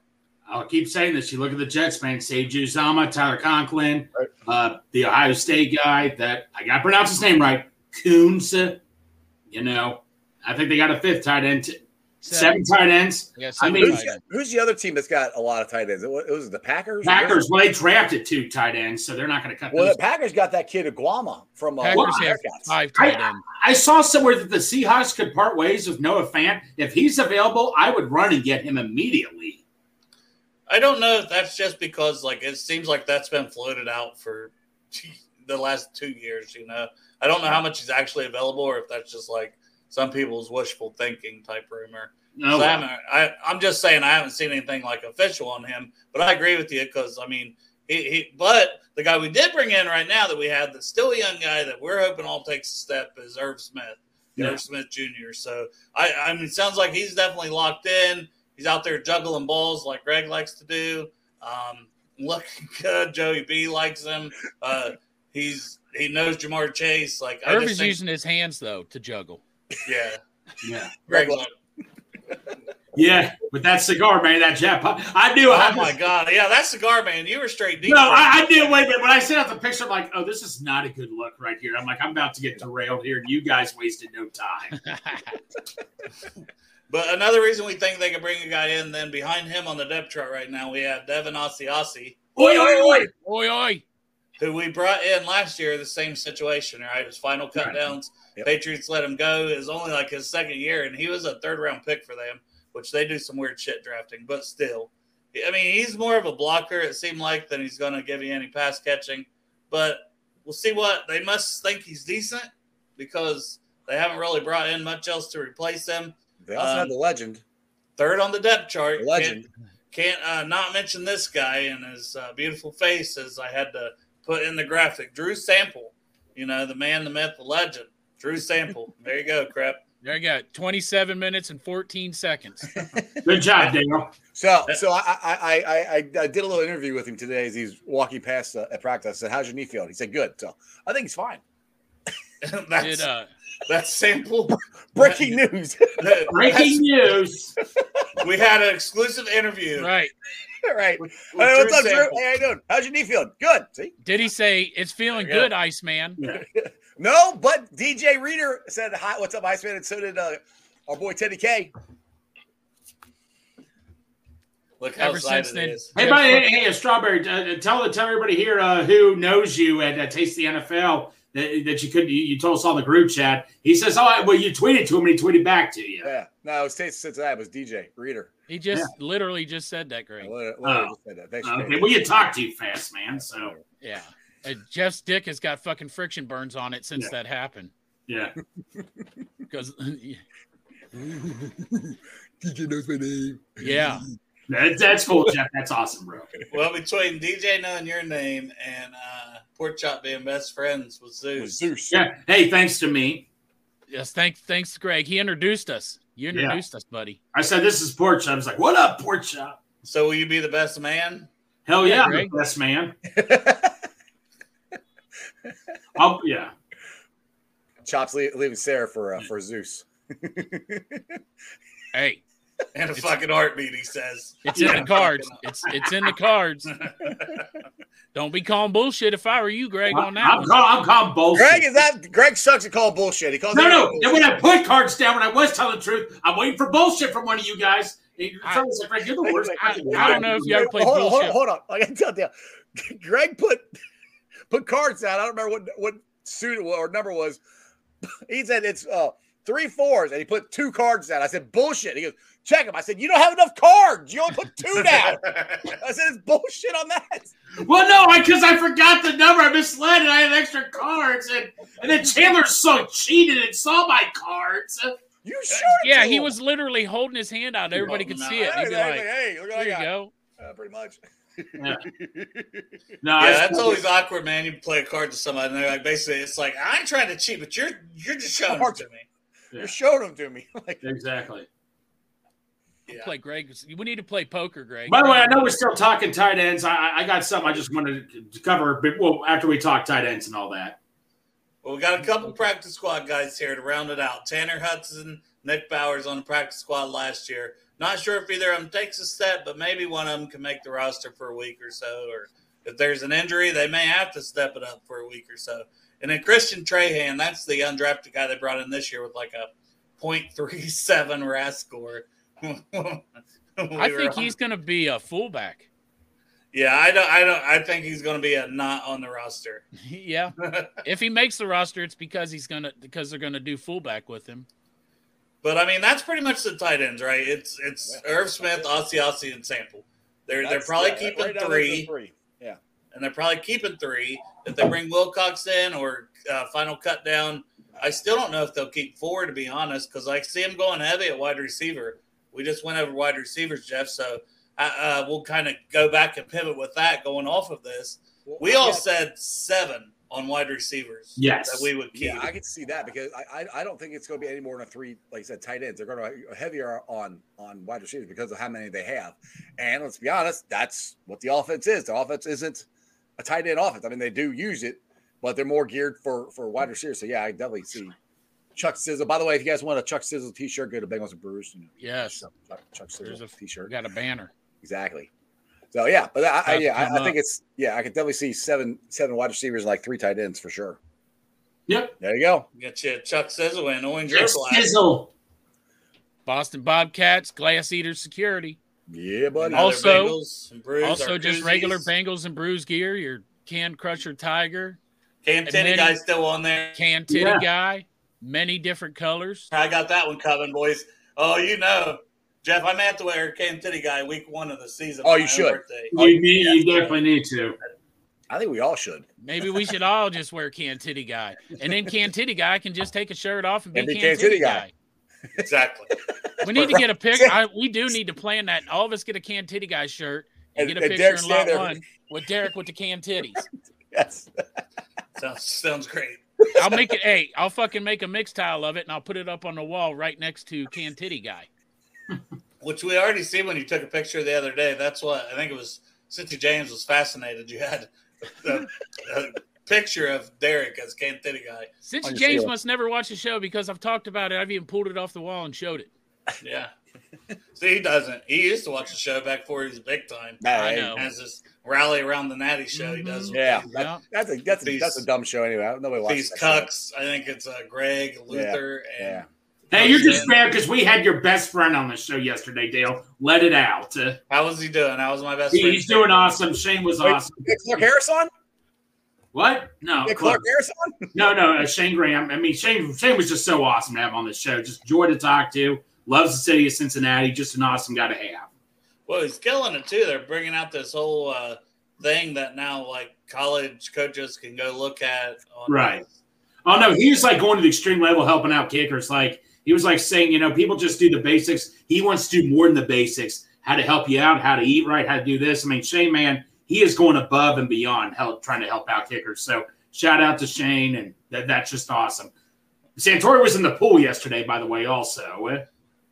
S6: I'll keep saying this. You look at the Jets, man. Save Uzama, Tyler Conklin,
S5: Right.
S6: uh, the Ohio State guy. That I got to pronounce his name right, Coons. You know, I think they got a fifth tight end, t- seven tight ends.
S4: Yeah,
S6: I
S4: seven
S6: mean-
S4: tight
S5: Who's,
S4: ends.
S5: who's the other team that's got a lot of tight ends? It was, it was the Packers.
S6: Packers. Well, they drafted two tight ends, so they're not going to cut.
S5: Well,
S6: those.
S5: the Packers got that kid Aguama from uh,
S4: Packers have
S5: Bearcats.
S4: five
S6: I-
S4: tight ends.
S6: I saw somewhere that the Seahawks could part ways with Noah Fant. If he's available, I would run and get him immediately.
S3: I don't know if that's just because, like, it seems like that's been floated out for the last two years. You know, I don't know how much is actually available, or if that's just like some people's wishful thinking type rumor.
S6: No,
S3: So I haven't, I, I'm just saying I haven't seen anything like official on him, but I agree with you because I mean, he, he. But the guy we did bring in right now that we have that's still a young guy that we're hoping all takes a step is Irv Smith,
S6: Yeah.
S3: Irv Smith Jr. So I, I mean, it sounds like he's definitely locked in. He's out there juggling balls like Greg likes to do. Um, looking good. Joey B likes him. Uh, he's he knows Jamar Chase. Like I
S4: Irv
S3: just
S4: is
S3: think-
S4: using his hands though to juggle.
S3: yeah,
S6: yeah,
S3: Greg.
S6: yeah. With that cigar, man, that jet. Pop. I knew.
S3: Oh
S6: I
S3: my
S6: was-
S3: god, yeah, that's cigar man. You were straight deep.
S6: No, I, I knew. Wait, but when I sent out the picture, I'm like, oh, this is not a good look right here. I'm like, I'm about to get derailed here, and you guys wasted no time.
S3: But another reason we think they could bring a guy in, then behind him on the depth chart right now, we have Devin Asiasi,
S6: Oi, oi, oi!
S4: oi, oi!
S3: who we brought in last year, the same situation, right? His final
S6: Right.
S3: cutdowns.
S5: Yep.
S3: Patriots let him go. It was only like his second year, and he was a third round pick for them, which they do some weird shit drafting, but still. I mean, he's more of a blocker, it seemed like, than he's going to give you any pass catching. But we'll see what they must think he's decent because they haven't really brought in much else to replace him.
S5: They also
S3: Um,
S5: had the legend.
S3: Third on the depth chart.
S5: The legend.
S3: can't uh, not mention this guy and his uh, beautiful face as I had to put in the graphic. Drew Sample, you know, the man, the myth, the legend. Drew Sample. there you go, crap.
S4: There you go. 27 minutes and 14 seconds.
S6: Good job, Dale.
S5: So, so I, I, I, I, I did a little interview with him today as he's walking past uh, at practice. I said, "How's your knee feeling?" He said, "Good." So, I think he's fine.
S3: that's,
S4: Did, uh,
S3: that's Sample.
S5: Breaking news.
S6: Breaking news.
S3: we had an exclusive interview.
S4: right.
S5: All right.
S3: with- with
S5: Hey, what's
S3: Drew
S5: up, Drew?
S3: Sample.
S5: Hey, how you doing? How's your knee feeling? Good. See?
S4: Did he say it's feeling
S3: There you go.
S4: good, Iceman?
S5: No, but DJ Reader said, "Hi, what's up, Iceman?" And so did uh, our boy Teddy K.
S3: Look how
S4: Ever
S3: excited
S4: since
S3: it
S4: then-
S3: is.
S6: Hey, buddy, hey, hey, strawberry. Uh, tell tell everybody here uh, who knows you at uh, Taste the NFL that, that you could you, you told us on the group chat. He says, "Oh, I- well, you tweeted to him, and he tweeted back to you."
S5: Yeah. No, it was Taste since that was DJ Reader.
S4: He just literally just said that, Greg.
S5: Literally-
S6: Oh.
S5: just said that. Thanks,
S6: Okay,
S5: Dave.
S6: well, you talk too fast, man. So
S4: Yeah. And Jeff's dick has got fucking friction burns on it since
S6: Yeah.
S4: that happened.
S6: yeah,
S4: Because,
S2: DJ knows my name.
S4: yeah.
S6: that, that's cool, Jeff. That's awesome, bro.
S3: Well, between DJ knowing your name and uh, Pork Chop being best friends with Zeus.
S5: Zeus.
S6: Yeah. Hey, thanks to me.
S4: Yes. Thanks, thanks, Greg. He introduced us. You
S6: Yeah.
S4: introduced us, buddy.
S6: I said, "This is Porch." I was like, "What up, Porch Shop?"
S3: So will you be the best man?
S6: Hell
S4: Yeah,
S6: yeah, I'm the
S4: Greg.
S6: best man. I'll, yeah,
S5: Chops lea- leaving Sarah for uh, for Zeus.
S4: Hey,
S3: in a
S4: It's-
S3: fucking heartbeat, he says.
S4: it's in the cards. It's it's in the cards. Don't be calling bullshit if I were you, Greg, on
S6: I'm,
S4: that
S6: I'm,
S4: one.
S6: call, I'm calling bullshit.
S5: Greg is not. Greg sucks at call bullshit. He
S3: Oh,
S5: calls
S6: no, no.
S5: everybody
S6: And when I put cards down, when I was telling the truth, I'm waiting for bullshit from one of you guys. And you're
S4: I-
S6: telling us, like, Greg, you're the worst.
S5: I-
S6: fucking
S4: I don't
S6: guy.
S4: know if you ever played
S5: hold on, hold on,
S4: bullshit.
S5: hold on. I gotta tell you, Greg put put cards out. I don't remember what what suit it was, or number it was. He said it's uh three fours, and he put two cards down. I said bullshit. He goes check him. I said you don't have enough cards. You only put two down. I said it's bullshit on that.
S6: Well, no, because I, forgot the number. I misled it. I had extra cards, and and then Chandler so cheated and saw my cards.
S5: You sure?
S4: Yeah, he was literally holding his hand out. Everybody could see it.
S5: Hey,
S4: He'd be
S5: hey,
S4: like,
S5: hey, look what
S4: "There
S5: I
S4: you
S5: got.
S4: go."
S5: Uh, pretty much.
S6: No, I
S3: Yeah,
S6: was-
S3: that's always awkward, man. You play a card to somebody, and they're like, basically, it's like I ain't trying to cheat, but you're you're just showing it to me.
S6: Yeah.
S5: You showed them to me. like
S6: exactly.
S3: Yeah.
S4: Play Greg. We need to play poker, Greg.
S6: By the way, I know we're still talking tight ends. I- I, I got something I just wanted to- to cover. But well, after we talk tight ends and all that.
S3: Well, we got
S4: Mm-hmm.
S3: a couple practice squad guys here to round it out. Tanner Hudson, Nick Bowers on the practice squad last year. Not sure if either of them takes a step, but maybe one of them can make the roster for a week or so. Or if there's an injury, they may have to step it up for a week or so. And then Christian Trahan, that's the undrafted guy they brought in this year with like a 0.37 RAS score.
S4: I think he's going to be a fullback.
S3: Yeah, I don't. I don't. I think he's going to be a not on the roster.
S4: yeah. If he makes the roster, it's because he's going to because they're going to do fullback with him.
S3: But I mean, that's pretty much the tight ends, right? It's it's Irv Smith, Ossie, and Sample. They're
S5: that's-
S3: they're probably
S5: yeah,
S3: keeping
S5: right now, that's
S3: three,
S5: a three.
S3: and they're probably keeping three. If they bring Wilcox in or uh, final cut down, I still don't know if they'll keep four to be honest, because I see them going heavy at wide receiver. We just went over wide receivers, Jeff. So I, uh, we'll kind of go back and pivot with that going off of this. We all
S5: Yeah,
S3: said seven on wide receivers
S6: Yes.
S3: that we would keep.
S5: Yeah, I can see that because I, I I don't think it's going to be any more than a three. Like you said, tight ends. They're going to heavier on on wide receivers because of how many they have. And let's be honest, that's what the offense is. The offense isn't a tight end offense. I mean, they do use it, but they're more geared for for wide receivers. So yeah, I definitely see Chuck Sizzle. By the way, if you guys want a Chuck Sizzle T-shirt, go to Bengals and Brewers. You know,
S4: Yes.
S5: Chuck, Chuck
S4: There's
S5: Sizzle
S4: a- We
S5: T-shirt.
S4: got a banner.
S5: Exactly. So yeah, but I, I
S4: That's
S5: yeah,
S4: come
S5: I, I think
S4: up.
S5: it's yeah, I could definitely see seven seven wide receivers and like three tight ends for sure.
S6: Yep.
S5: There you go.
S3: Get you Chuck Sizzle and Orange
S6: Yes,
S3: Herbal.
S6: Sizzle.
S4: Boston Bobcats, Glass Eaters Security.
S5: Yeah,
S3: And
S5: buddy.
S3: other
S4: Also-
S3: bagels and brews,
S4: also
S3: our
S4: just
S3: koozies.
S4: regular Bengals and Brews gear. Your can crusher tiger,
S3: Cam Tenney
S4: admitting-
S3: guy's still on there.
S4: can titty
S6: Yeah.
S4: guy, many different colors.
S3: I got that one coming, boys. Oh, you know, Jeff, I may have to wear a Cam Titty guy week one of the season.
S5: Oh,
S3: on
S5: you
S3: my
S5: should.
S3: birthday.
S6: You, need, you definitely need to.
S5: I think we all should.
S4: Maybe we should all just wear can titty guy, and then can titty guy can just take a shirt off and be,
S5: And be
S4: can,
S5: Can
S4: titty,
S5: Titty
S4: guy.
S5: Guy.
S3: Exactly.
S4: We need to get a pic. I, we do need to plan that. All of us get a can titty guy shirt and,
S5: And-
S4: get a
S5: and
S4: picture
S5: Derek
S4: in
S5: stand
S4: lot
S5: there.
S4: one with Derek with the can titties.
S5: Yes.
S3: sounds sounds great.
S4: I'll make it. Hey, I'll fucking make a mix tile of it and I'll put it up on the wall right next to can titty guy.
S3: Which we already see when you took a picture the other day. That's what I think it was. Cynthia James was fascinated. You had a, a picture of Derek as Cam Titty guy.
S4: Since
S5: On your
S4: James
S5: seal.
S4: must never watch the show because I've talked about it, I've even pulled it off the wall and showed it.
S3: Yeah. See, he doesn't. He used to watch the show back before he was big time.
S4: I
S5: Hey,
S4: know.
S3: Has this rally around the Natty show he does. with
S5: Mm-hmm. Yeah.
S4: Yeah.
S5: That, that's a that's a, that's a dumb show anyway. Nobody watches
S3: These
S5: that
S3: cucks, I think it's uh, Greg Luther
S5: show. Yeah.
S3: and
S6: Hey, you're just fair because we had your best friend on the show yesterday, Dale. Let it out. Uh,
S3: how was he doing? How was my best
S6: he-
S3: friend?
S6: he's doing awesome. Shane was
S5: Wait,
S6: awesome.
S5: Get Clark Harris on?
S6: What? No,
S5: Get
S6: close.
S5: Clark Harris on?
S6: no, no. uh, Shane Graham. I mean, Shane. Shane was just so awesome to have on the show. Just joy to talk to. Loves the city of Cincinnati. Just an awesome guy to have.
S3: Well, he's killing it too. They're bringing out this whole uh, thing that now like college coaches can go look at. On
S6: Right. Oh no, he was like going to the extreme level, helping out kickers. Like he was like saying, you know, people just do the basics. He wants to do more than the basics. How to help you out, how to eat right, how to do this. I mean, Shane, man, he is going above and beyond help trying to help out kickers. So shout out to Shane, and that, that's just awesome. Santori was in the pool yesterday, by the way. Also, Uh,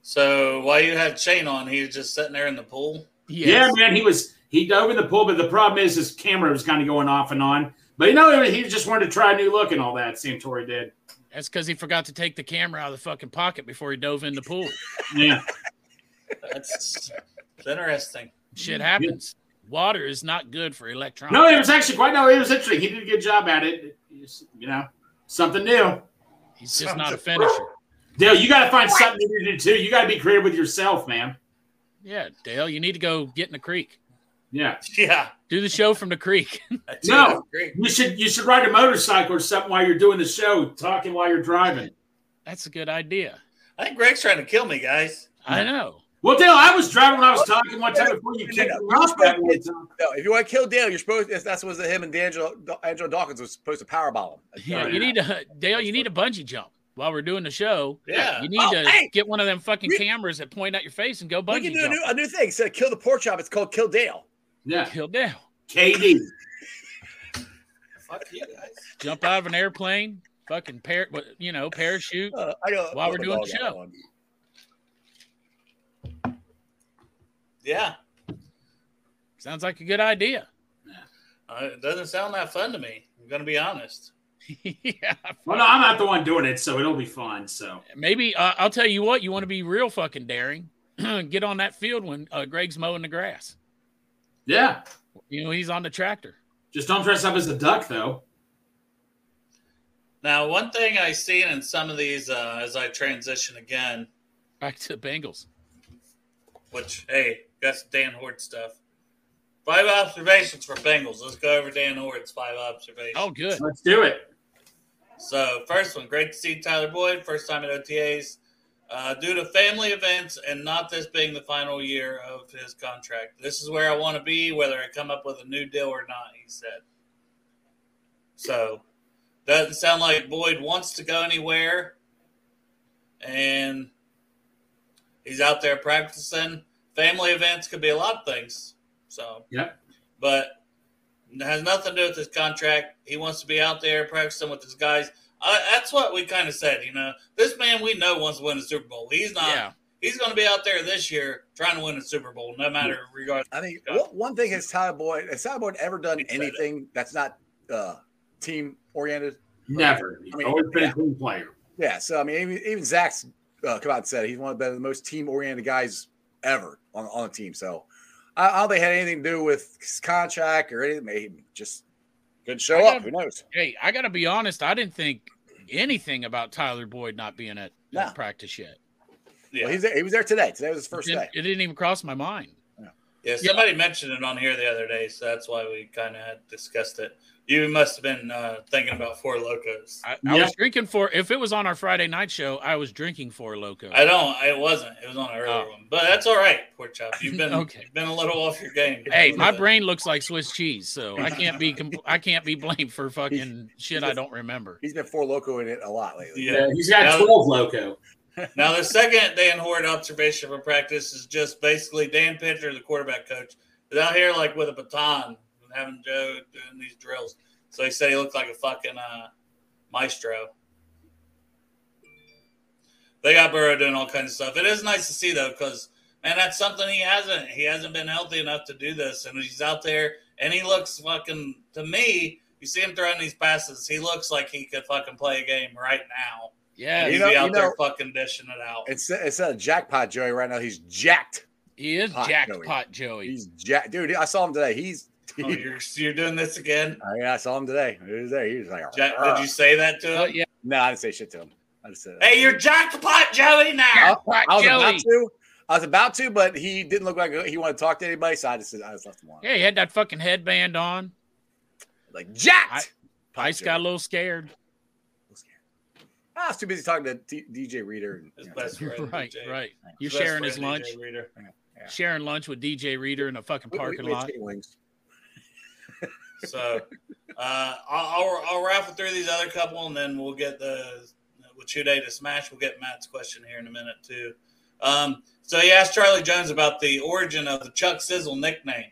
S3: So while you had Shane on, he was just sitting there in the pool.
S4: Yes.
S6: yeah, man, he was he over the pool, but the problem is his camera was kind of going off and on. But you know, he just wanted to try a new look and all that. Santori did.
S4: That's because he forgot to take the camera out of the fucking pocket before he dove in the pool.
S6: Yeah.
S3: That's it's interesting.
S4: Shit happens. Water is not good for electronics.
S6: No, it was actually quite no. It was interesting. He did a good job at it. It's, you know, something new.
S4: He's just not a finisher.
S6: Dale, you got to find something new to do too. You got to be creative with yourself, man.
S4: Yeah, Dale, you need to go get in the creek.
S6: Yeah.
S3: Yeah.
S4: Do the show from the creek.
S3: That's
S6: No,
S3: Great.
S6: you should you should ride a motorcycle or something while you're doing the show, talking while you're driving.
S4: That's a good idea.
S3: I think Greg's trying to kill me, guys.
S4: I know.
S6: Well, Dale, I was driving when I was talking one time before you kicked me off that one time.
S5: No, if you want to kill Dale, you're supposed. That's that's what him and D'Angelo, D'Angelo Dawkins was supposed to powerbomb him.
S4: Yeah, you need to Dale, you need a bungee jump while we're doing the show.
S3: Yeah.
S4: You need
S5: Oh,
S4: to
S5: hey!
S4: get one of them fucking
S5: We-
S4: cameras that point at your face and go
S5: We
S4: bungee
S5: can do a
S4: jump.
S5: new, a new thing. Instead of kill the pork chop, it's called kill Dale.
S6: Yeah,
S4: Kill Dale.
S6: KD.
S3: Fuck you guys.
S4: Jump out of an airplane. Fucking par- what- you know, parachute.
S5: Uh, I know.
S4: While we're doing the
S5: Dog
S4: show.
S5: one.
S3: Yeah.
S4: Sounds like a good idea.
S3: Uh, it doesn't sound that fun to me. I'm gonna be honest.
S4: yeah.
S6: Well, no, I'm not the one doing it, so it'll be fine. So
S4: Maybe uh, I'll tell you what. You want to be real fucking daring? Get on that field when uh, Greg's mowing the grass.
S6: yeah,
S4: You know he's on the tractor.
S6: just don't dress up as a duck though.
S3: Now, one thing I seen in some of these uh, as I transition again,
S4: Back to the Bengals.
S3: which hey, that's Dan Hort stuff. Five observations for Bengals. Let's go over Dan Hort's five observations.
S4: Oh,
S5: Uh,
S4: good.
S6: Let's do it.
S3: So first one, great to see Tyler Boyd, first time at OTAs. Uh, due to family events and not this being the final year of his contract, this is where I want to be, whether I come up with a new deal or not. He said. So doesn't sound like Boyd wants to go anywhere, and he's out there practicing. Family events could be a lot of things. So
S6: Yep.
S3: but it has nothing to do with his contract. He wants to be out there practicing with his guys. I, that's what we kind of said, you know. This man we know wants to win the Super Bowl. He's not.
S4: Yeah.
S3: He's going to be out there this year trying to win the Super Bowl, no matter regardless.
S5: I mean,
S3: God.
S5: what, one thing has Tyler Boyd. Has Tyler Boyd ever done
S3: He said it.
S5: anything that's not uh, team oriented?
S6: Never. He's
S5: I mean,
S6: always been
S5: yeah.
S6: a team player.
S5: Yeah. So I mean, even, even Zach's uh, come out and said he's one of the most team oriented guys ever on on the team. So I, I don't think it had anything to do with his contract or anything. Maybe just could show
S4: I
S5: up.
S4: got-
S5: Who knows?
S4: Hey, I gotta be honest. I didn't think anything about Tyler Boyd not being at,
S5: No.
S4: at practice yet.
S3: Yeah.
S5: Well, he's there, he was there today. Today was his first
S4: Didn't-
S5: day.
S4: it didn't even cross my mind.
S3: yeah, somebody mentioned it on here the other day, so that's why we kind of discussed it. You must have been uh, thinking about Four Locos.
S4: I, I
S6: Yeah.
S4: was drinking for if it was on our Friday night show, I was drinking for loco.
S3: I don't. It wasn't. It was on an earlier
S4: Oh.
S3: one, but that's all right. Poor chop. You've been
S4: Okay.
S3: you've been a little off your game.
S4: Hey, my brain looks like Swiss cheese, so I can't be compl- I can't be blamed for fucking shit I don't remember.
S5: He's been four loco in it a lot lately.
S3: Yeah.
S6: Yeah, he's got
S3: Now-
S6: twelve loco.
S3: Now, the second Dan Horde observation from practice is just basically Dan Pitcher, the quarterback coach, is out here like with a baton and having Joe doing these drills. So he said he looked like a fucking uh, maestro. They got Burrow doing all kinds of stuff. It is nice to see though, because man, that's something he hasn't. He hasn't been healthy enough to do this, and he's out there and he looks fucking to me. You see him throwing these passes. He looks like he could fucking play a game right now.
S4: Yeah,
S5: You
S3: He'd
S5: know-
S3: be out
S5: you
S3: there
S5: know-
S3: fucking dishing it out.
S5: Instead, instead of jackpot Joey right now, he's jacked.
S4: he is
S5: Pot Joey.
S4: jackpot Joey.
S5: He's jacked, dude. I saw him today. He's.
S3: Oh, you're, you're doing this again?
S5: I, mean, I saw him today. He was there. He was like,
S3: Jack,
S5: "Arr."
S3: did you say that to him?
S4: Oh, yeah,
S5: No, I didn't say shit to him. I just said,
S3: Hey, you're jackpot Joey now.
S4: jackpot
S5: I was
S4: Joey.
S5: about to. I was about to, but he didn't look like he wanted to talk to anybody, so I just I just left him alone.
S4: Yeah, he had that fucking headband on.
S5: Like jacked. Pop
S4: I just got a little scared.
S5: I was too busy talking to D- DJ Reader. And,
S3: His
S5: you know,
S3: best friend,
S4: Right,
S3: DJ.
S4: right.
S5: Thanks.
S4: You're
S3: Best
S4: sharing
S3: friend,
S4: his
S3: DJ
S4: lunch,
S3: Reader.
S5: Yeah.
S4: sharing lunch with DJ Reader in a fucking
S5: we- we-
S4: parking
S5: we had
S4: lot.
S5: chicken wings.
S3: So uh, I'll, I'll, I'll raffle through these other couple, and then we'll get the with Chude to smash. We'll get Matt's question here in a minute too. Um, so he asked Charlie Jones about the origin of the Chuck Sizzle nickname.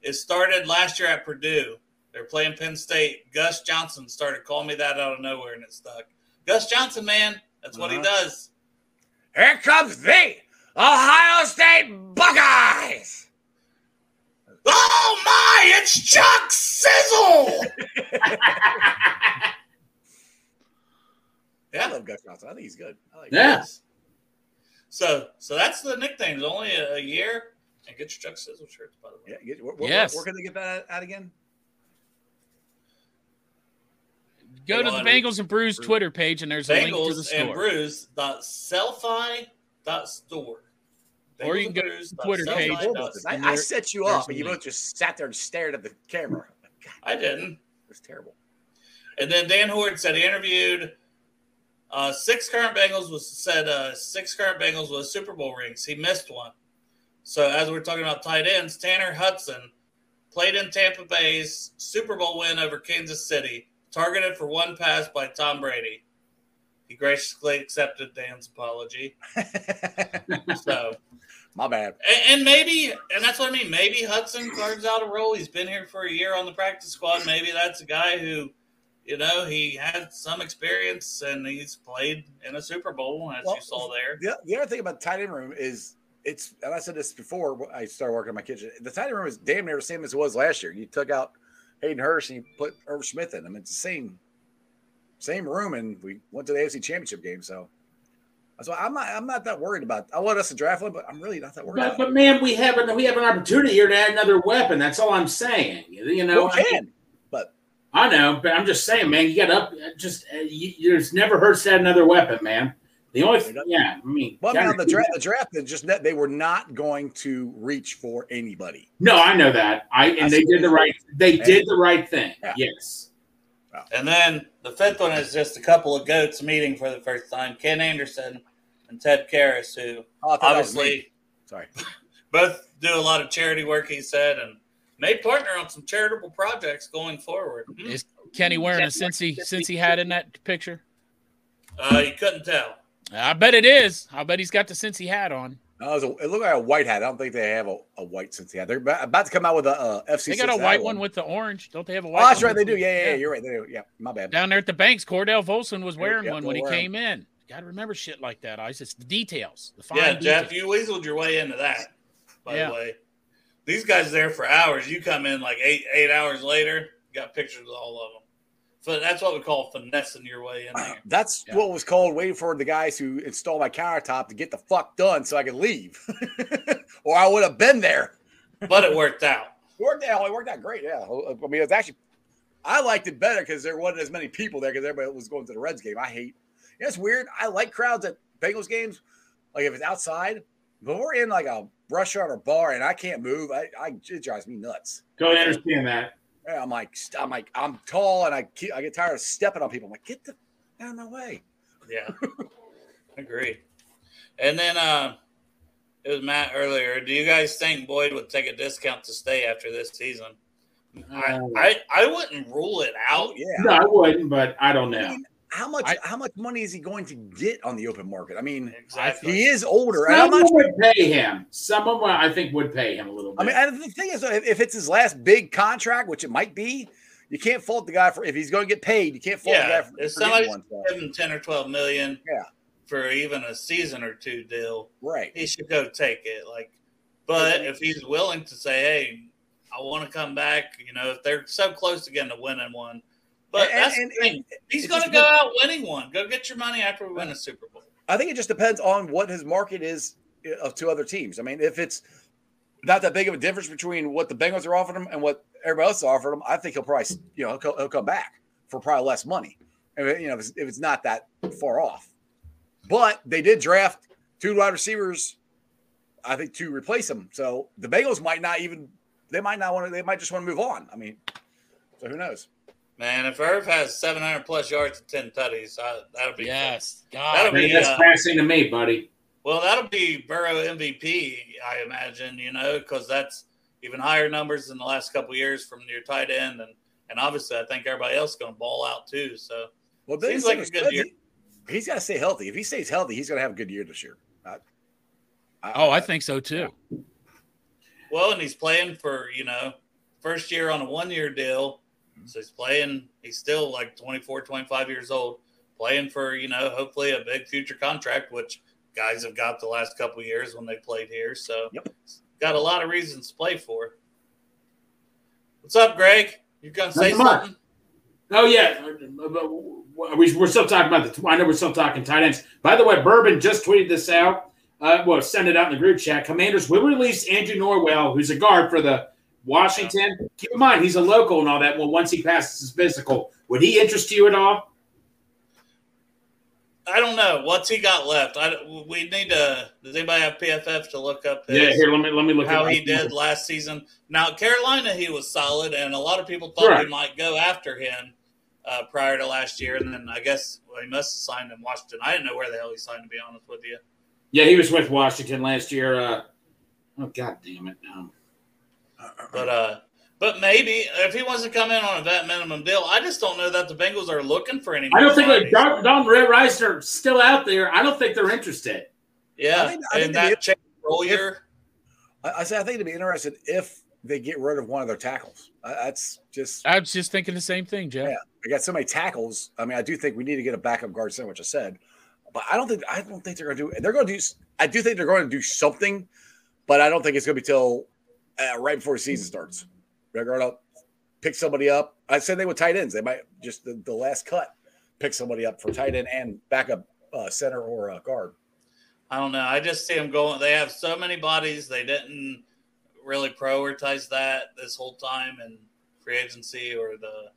S3: It started last year at Purdue. They're playing Penn State. Gus Johnson started calling me that out of nowhere, and it stuck. Gus Johnson, man, that's what he
S5: Uh-huh.
S3: does.
S5: Here comes the Ohio State Buckeyes.
S3: Oh my! It's Chuck Sizzle. Yeah.
S5: I love Gus Johnson. I think he's good. I like
S6: Yeah.
S3: So so that's the nicknames. Only a, a year. And get your Chuck Sizzle shirts, by the way.
S5: Yeah, get, where, where,
S4: Yes.
S5: where can they get that out again?
S4: Go to
S3: Come
S4: the
S3: on.
S4: Bengals and Brews Twitter page, and there's a link to the
S3: Bengals and
S4: store.
S3: Brews dot selfie dot store.
S4: Or you can go to the Twitter page.
S5: Hey, Bull Buses. I,
S4: and
S5: I
S4: there-
S5: set you
S4: there's
S5: up, and
S4: a
S5: you
S4: link.
S5: both just sat there and stared at the camera. Like, God,
S3: I didn't.
S5: it was terrible.
S3: And then Dan Horde said he interviewed uh, six current Bengals was said uh, six current Bengals with Super Bowl rings. He missed one. So as we're talking about tight ends, Tanner Hudson played in Tampa Bay's Super Bowl win over Kansas City, targeted for one pass by Tom Brady. He graciously accepted Dan's apology. So
S5: My bad.
S3: And, and maybe, and that's what I mean. Maybe Hudson carves out a role. He's been here for a year on the practice squad. Maybe that's a guy who, you know, he had some experience and he's played in a Super Bowl, as
S5: Well,
S3: you saw there.
S5: The, the other thing about the tight end room is it's, and I said this before when I started working in my kitchen. The tight end room is damn near the same as it was last year. You took out Hayden Hurst and you put Irv Smith in them. It's the same, same room, and we went to the AFC Championship game. So that's why I'm not, I'm not that worried about. I want us to draft one, but I'm really not that worried.
S6: But,
S5: about it.
S6: but man, we have an, we have an opportunity here to add another weapon. That's all I'm saying. You know,
S5: Well,
S6: I
S5: we
S6: mean,
S5: can, but
S6: I know, but I'm just saying, man, you got up. Just uh, you, you- it's never hurts to add another weapon, man. The only, th- yeah, I mean,
S5: Well, I mean,
S6: gotta
S5: on the
S6: do
S5: draft,
S6: that.
S5: the draft, they just they were not going to reach for anybody.
S6: No, I know that. I and they did the right. They did the right thing.
S5: Yeah.
S6: Yes.
S3: And then the fifth one is just a couple of goats meeting for the first time. Ken Anderson and Ted Karras, who
S5: Oh, I thought that was me.
S3: obviously
S5: sorry.
S3: both do a lot of charity work. He said and. May partner on some charitable projects going forward.
S5: Mm-hmm.
S3: Hmm.
S4: Is Kenny wearing a Cincy Cincy hat in that picture?
S3: Uh, you couldn't tell.
S4: I bet it is. I bet he's got the Cincy hat on.
S5: No, it, was a, it looked like a white hat. I don't think they have a, a white since they had. They're about about to come out with a uh, FC.
S4: They got a
S5: 69
S4: white one with the orange. Don't they have a
S5: Oh,
S4: white?
S5: that's
S4: one
S5: right. They
S4: with-
S5: do. Yeah, yeah, yeah, You're right. They do. Yeah, my bad.
S4: Down there at the banks, Cordell Volson was wearing
S5: yeah,
S4: one when he
S5: they're
S4: came in. Got to remember shit like that. I just the details. The fine
S3: Yeah,
S4: details.
S3: Jeff, you weaseled your way into that. By
S4: Yeah.
S3: the way, these guys there for hours. You come in like eight eight hours later. Got pictures of all of them. So that's what we call finessing your way in there.
S5: That's
S4: Yeah.
S5: what was called waiting for the guys who installed my countertop to get the fuck done so I could leave, or I would have been there.
S3: But it worked out.
S5: Worked out. It worked out great. Yeah. uh, I mean, it's actually, I liked it better because there wasn't as many people there because everybody was going to the Reds game. I hate. You know, it's weird. I like crowds at Bengals games. Like if it's outside, but we're in like a restaurant or bar and I can't move. I, I it drives me nuts.
S6: Totally understand that.
S5: And I'm like, st- I'm like, I'm tall and I keep, I get tired of stepping on people. I'm like, get the f- out of my way.
S3: Yeah, agreed. And then uh, it was Matt earlier. Do you guys think Boyd would take a discount to stay after this season? I
S4: Uh,
S3: I, I wouldn't rule it out.
S5: Oh, yeah.
S6: Uh, No, I wouldn't, but I don't know.
S5: How much?
S4: I-
S5: how much money is he going to get on the open market? I mean,
S3: Exactly.
S5: he is older. and I'm
S6: Someone
S5: not
S6: would pay him. Someone, would- I think, would pay him a little bit.
S5: I mean, and the thing is, if if it's his last big contract, which it might be, you can't fault the guy for if he's going to get paid. You can't fault
S3: Yeah,
S5: the guy for,
S3: if
S5: for getting
S3: somebody's
S5: one. So,
S3: giving ten or twelve million,
S5: Yeah.
S3: for even a season or two deal,
S5: right?
S3: he should go take it. Like, but if he's willing to say, "Hey, I want to come back," you know, if they're so close to getting to winning one, but
S5: And-
S3: that's
S5: and-
S3: the thing. he's
S5: it's
S3: going to
S5: just
S3: go
S5: good-
S3: out winning one. Go get your money after we win a Super Bowl.
S5: I think it just depends on what his market is uh, of two other teams. I mean, if it's not that big of a difference between what the Bengals are offering him and what everybody else is offering him, I think he'll probably you know he'll, co- he'll come back for probably less money. I mean, you know, if it's, if it's not that far off, but they did draft two wide receivers, I think, to replace him. So the Bengals might not even they might not want to they might just want to move on. I mean, so who knows?
S3: Man, if Irv has seven hundred plus yards and ten tutties, I, that'll be
S4: Yes,
S3: That'll
S4: God,
S3: be-
S6: Man, that's
S3: uh,
S6: passing to me, buddy.
S3: Well, that'll be Burrow MVP, I imagine, you know, because that's even higher numbers in the last couple of years from your tight end. And, and obviously, I think everybody else is going to ball out too. So,
S5: Well,
S3: Seems
S5: Bengals
S3: like a
S5: was
S3: good year.
S5: He, has got to stay healthy. If he stays healthy, he's going to have a good year this year. I-
S4: Oh, I think so too.
S3: well, and he's playing for, you know, first year on a one year deal. So he's playing, he's still like 24, 25 years old, playing for, you know, hopefully a big future contract, which guys have got the last couple of years when they played here. So,
S5: Yep.
S3: got a lot of reasons to play for. What's up, Greg? You going to say
S6: Nothing much.
S3: something?
S6: Oh yeah, but we, we're still talking about the. I know we're still talking tight ends. By the way, Bourbon just tweeted this out. Uh, well, send it out in the group chat. Commanders will release Andrew Norwell, who's a guard for the Washington. Keep in mind, he's a local and all that. Well, once he passes his physical, would he interest you at all?
S3: I don't know what's he got left. I don't- we need to. Does anybody have PFF to look up? His,
S6: Yeah, here let me let me look
S3: how
S6: at
S3: he did last season. Now Carolina, he was solid, and a lot of people thought
S6: Right.
S3: we might go after him uh, prior to last year. And then I guess well, he must have signed in Washington. I didn't know where the hell he signed. To be honest with you,
S6: Yeah, he was with Washington last year. Uh, oh god damn it! Um,
S5: Uh-huh.
S3: but uh, but maybe if he wants to come in on a vet minimum deal, I just don't know that the Bengals are looking for any.
S6: I don't
S3: more
S6: think like
S3: bodies.
S6: Don, Don Red Reisner still out there. I don't think they're interested.
S3: yeah,
S5: I think- I think
S3: and
S5: they-
S3: that Chase Royer.
S5: I, I said I think it'd be interesting if they get rid of one of their tackles. I, that's just
S4: I was just thinking the same thing, Jeff.
S5: Yeah. I got so many tackles. I mean, I do think we need to get a backup guard center, which I said, but I don't think I don't think they're going to do. They're going to do. I do think they're going to do something, but I don't think it's going to be till uh, right before the season starts. They're going to pick somebody up. I said they with tight ends. They might just the, the last cut pick somebody up for tight end and backup uh, center or uh, guard.
S3: I don't know. I just see them going. They have so many bodies. They didn't really prioritize that this whole time in free agency or the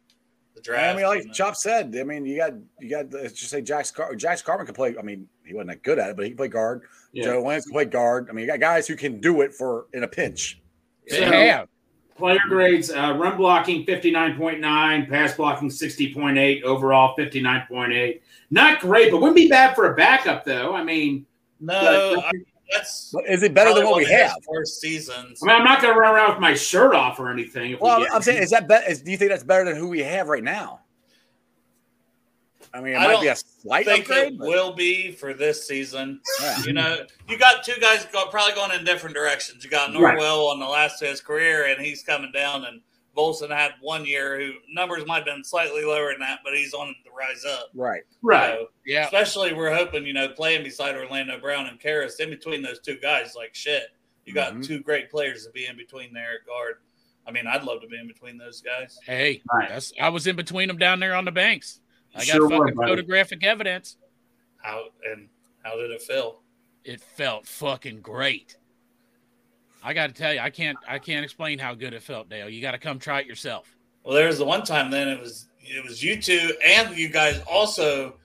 S3: the draft.
S5: I mean, like
S3: And-
S5: Chop said, I mean, you got you got let's just say Jack's Car- Jack's Carmen could play. I mean, he wasn't that good at it, but he could play guard.
S6: Yeah.
S5: Joe Lance can play guard. I mean, you got guys who can do it for in a pinch.
S4: They
S6: So-
S4: have.
S6: Player grades: uh, run blocking fifty nine point nine, pass blocking sixty point eight, overall fifty nine point eight. Not great, but wouldn't be bad for a backup though. I mean,
S3: no, I, that's
S5: But is it better than what
S3: probably
S5: we
S3: one of his
S5: have?
S3: Worst seasons.
S6: I mean, I'm not going to run around with my shirt off or anything. If
S5: Well,
S6: we get
S5: I'm saying, is that better? Do you think that's better than who we have right now? I mean, it
S3: I
S5: might be
S3: don't
S5: a
S3: I
S5: slight
S3: think
S5: upgrade.
S3: it
S5: but-
S3: will be for this season.
S5: Yeah.
S3: You know, you got two guys go, probably going in different directions. You got Norwell
S6: Right.
S3: on the last of his career, and he's coming down. And Bolson had one year who numbers might have been slightly lower than that, but he's on the rise up.
S5: Right.
S6: right.
S3: So,
S4: Yeah.
S3: Especially we're hoping, you know, playing beside Orlando Brown and Karras in between those two guys, like shit. You got
S5: Mhm.
S3: two great players to be in between there at guard. I mean, I'd love to be in between those guys.
S4: Hey,
S6: Right.
S4: that's I was in between them down there on the banks. I got
S6: Sure were,
S4: fucking
S6: buddy.
S4: photographic evidence.
S3: How and how did it feel?
S4: It felt fucking great. I got to tell you, I can't I can't explain how good it felt, Dale. You got to come try it yourself.
S3: Well, there was the one time then it was it was you two and you guys also.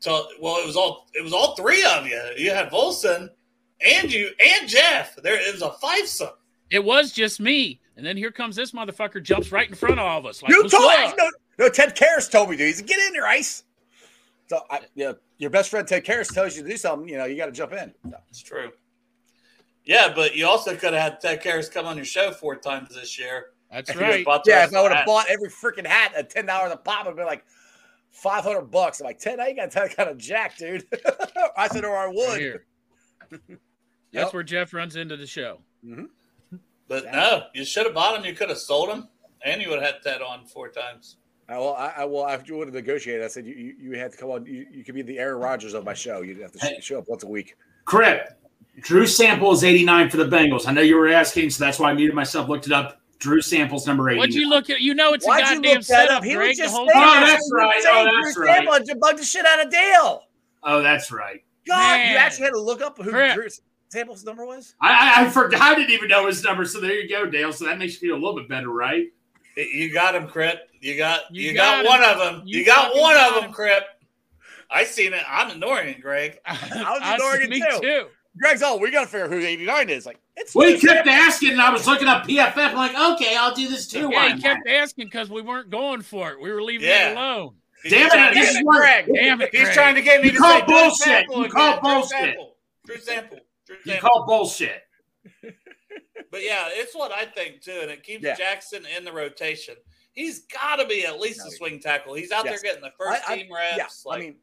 S3: Tell, well, it was all it was all three of you. You had Volson and you and Jeff. There it was a fivesome.
S4: It was just me, and then here comes this motherfucker jumps right in front of all of us. Like,
S5: you
S4: what's
S5: told
S4: up?
S5: no, no, Ted Karras told me to. He said, get in there, Ice. So, I, yeah, your best friend Ted Karras tells you to do something, you know, you got to jump in.
S3: It's true. Yeah, but you also could have had Ted Karras come on your show four times this year.
S4: That's
S3: You would've
S4: right.
S3: bought the
S5: Yeah,
S3: rest
S5: if I would
S3: of that.
S5: have bought every freaking hat at ten dollars a pop, I'd be like five hundred bucks. I'm like Ted, I ain't got that kind of jack, dude. I said, or I
S4: Right
S5: would.
S4: here.
S5: Yep.
S4: That's where Jeff runs into the show.
S3: But no, you should have bought him. You could have sold him, and you would have had Ted on four times.
S5: I will. I, I will. I would have negotiated. I said, you, you, you had to come on. You, you could be the Aaron Rodgers of my show. You'd have to sh-
S6: Hey.
S5: show up once a week.
S6: Crip. Drew Sample is 89 for the Bengals. I know you were asking, so that's why I muted myself, looked it up. Drew Sample's number 80.
S4: What'd you look at? You know it's
S5: Why'd
S4: a
S5: you
S4: goddamn
S5: look that
S4: setup,
S5: up? He
S4: Greg,
S5: was
S4: the
S5: just
S4: whole
S5: saying-
S6: oh,
S4: time.
S6: that's right. Oh,
S5: Say,
S6: that's
S5: Drew
S6: right.
S5: Sample, you bugged the shit out of Dale.
S6: Oh, that's right.
S5: God, you
S4: Man.
S5: actually had to look up who
S4: Crap.
S5: Drew Sample's number was.
S6: I, I, I forgot. I didn't even know his number. So there you go, Dale. So that makes you feel a little bit better, right?
S3: You got him, Crip. You got you,
S4: You
S3: got,
S4: got him.
S3: one of them. You,
S4: You
S3: got
S4: fucking
S3: one
S4: got
S3: of them,
S4: him.
S3: Crip. I seen it. I'm ignoring it, Greg.
S5: was
S4: I-
S5: ignoring it
S4: me
S5: too.
S4: too.
S5: Greg's all. We got to figure out who eighty nine is. Like it's
S6: We kept asking, and I was looking up PFF. I'm like, okay, I'll do this too. Why
S4: Yeah, he
S6: not?
S4: kept asking because we weren't going for it. We were leaving
S3: Yeah.
S4: it alone.
S6: Damn
S3: He's-
S6: it, this is what-
S5: Greg.
S4: Damn it.
S3: He's
S4: Greg.
S3: trying to get me
S6: You
S3: to say
S6: call
S3: Drew
S6: bullshit.
S3: Sample
S6: You
S3: again.
S6: call
S3: Drew
S6: bullshit.
S3: Sample. Drew Sample. Drew
S6: You
S3: Sample.
S6: call bullshit.
S3: But yeah, it's what I think too, and it keeps
S5: Yeah.
S3: Jackson in the rotation. He's got to be at least
S5: No,
S3: a
S5: he-
S3: swing tackle. He's out
S5: Yes.
S3: there getting the first
S5: I- I-
S3: team reps.
S5: yeah,
S3: like,
S5: I mean,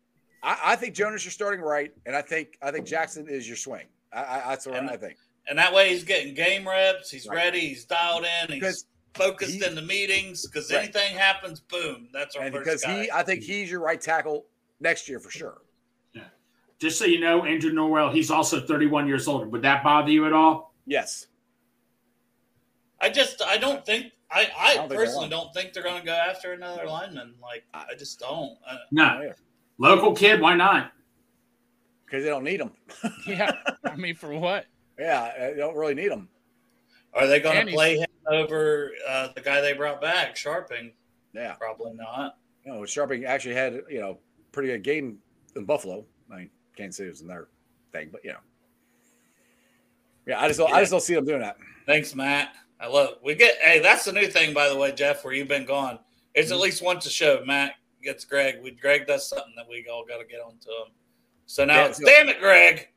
S5: I, I think Jonas, you're starting right, and I think I think Jackson is your swing. I, I that's what
S3: And-
S5: I think
S3: and that way he's getting game reps. He's
S5: Right.
S3: ready. He's dialed in. He's
S5: because
S3: focused
S5: he-
S3: in the meetings. Because
S5: Right.
S3: anything happens, boom, that's our
S5: and
S3: first
S5: because
S3: guy.
S5: he, I think he's your right tackle next year for sure.
S6: Just so you know, Andrew Norwell, he's also 31 years old. Would that bother you at all?
S5: Yes,
S3: I just I don't think I,
S5: I
S3: I,
S5: don't think they
S3: personally
S5: want
S3: don't think they're going to go after another lineman. Like I just don't. Uh,
S5: Oh,
S6: No, local kid, why not?
S5: because they don't need them.
S4: Yeah. I mean, for what?
S5: Yeah, uh, they don't really need them.
S3: are they going
S4: And
S3: to
S4: he's-
S3: play him over uh, the guy they brought back, Sharping?
S5: Yeah,
S3: Probably not.
S5: you know, Sharping actually had you know pretty good game in Buffalo. I mean, Kansas City was in their thing, but you know, yeah, I just don't, I just don't see them doing that.
S3: Thanks, Matt. I love. We get. Hey, that's the new thing, by the way, Jeff. Where you've been gone, it's at least once a show. Matt gets Greg. We Greg does something that we all got to get onto him. So now,
S5: Yeah,
S3: it's,
S5: so-
S3: damn it, Greg.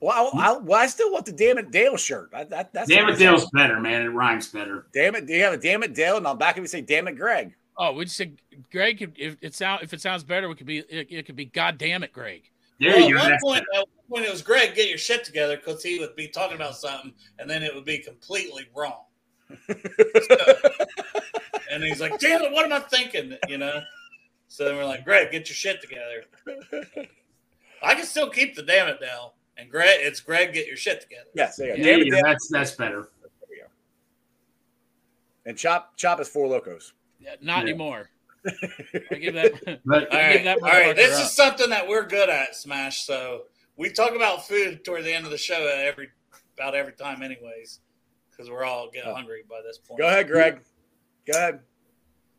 S5: Well, I, I, well, I still want the damn it Dale shirt. I, that, that's
S6: Damn it, Dale's better, man. It rhymes better.
S5: Damn it, do you have a damn it Dale? And I'm back if you say damn it Greg.
S4: Oh, we just said Greg. Could, if it sound if it sounds better, we could be it, it could be. God damn it, Greg.
S6: There
S3: Well,
S6: you go.
S3: At one
S6: That's
S3: point,
S6: better.
S3: at one point, it was Greg, get your shit together, because he would be talking about something, and then it would be completely wrong. So- and he's like, "Damn it, what am I thinking?" You know. So then we're like, "Greg, get your shit together." I can still keep the damn it now, and Greg, it's Greg, get your shit together.
S5: Yes, there you go.
S6: There
S5: Damn it
S6: you go.
S5: Dale.
S6: That's that's better.
S5: And chop chop is four locos.
S4: Yeah, Not
S6: Yeah.
S4: anymore. I give that.
S6: But
S3: All
S4: Give
S3: right,
S4: that
S3: all right.
S4: motherfucker
S3: This
S4: up.
S3: is something that we're good at, Smash. So we talk about food toward the end of the show every about every time, anyways, because we're all getting
S5: Oh.
S3: hungry by this point.
S5: Go ahead, Greg. Go ahead.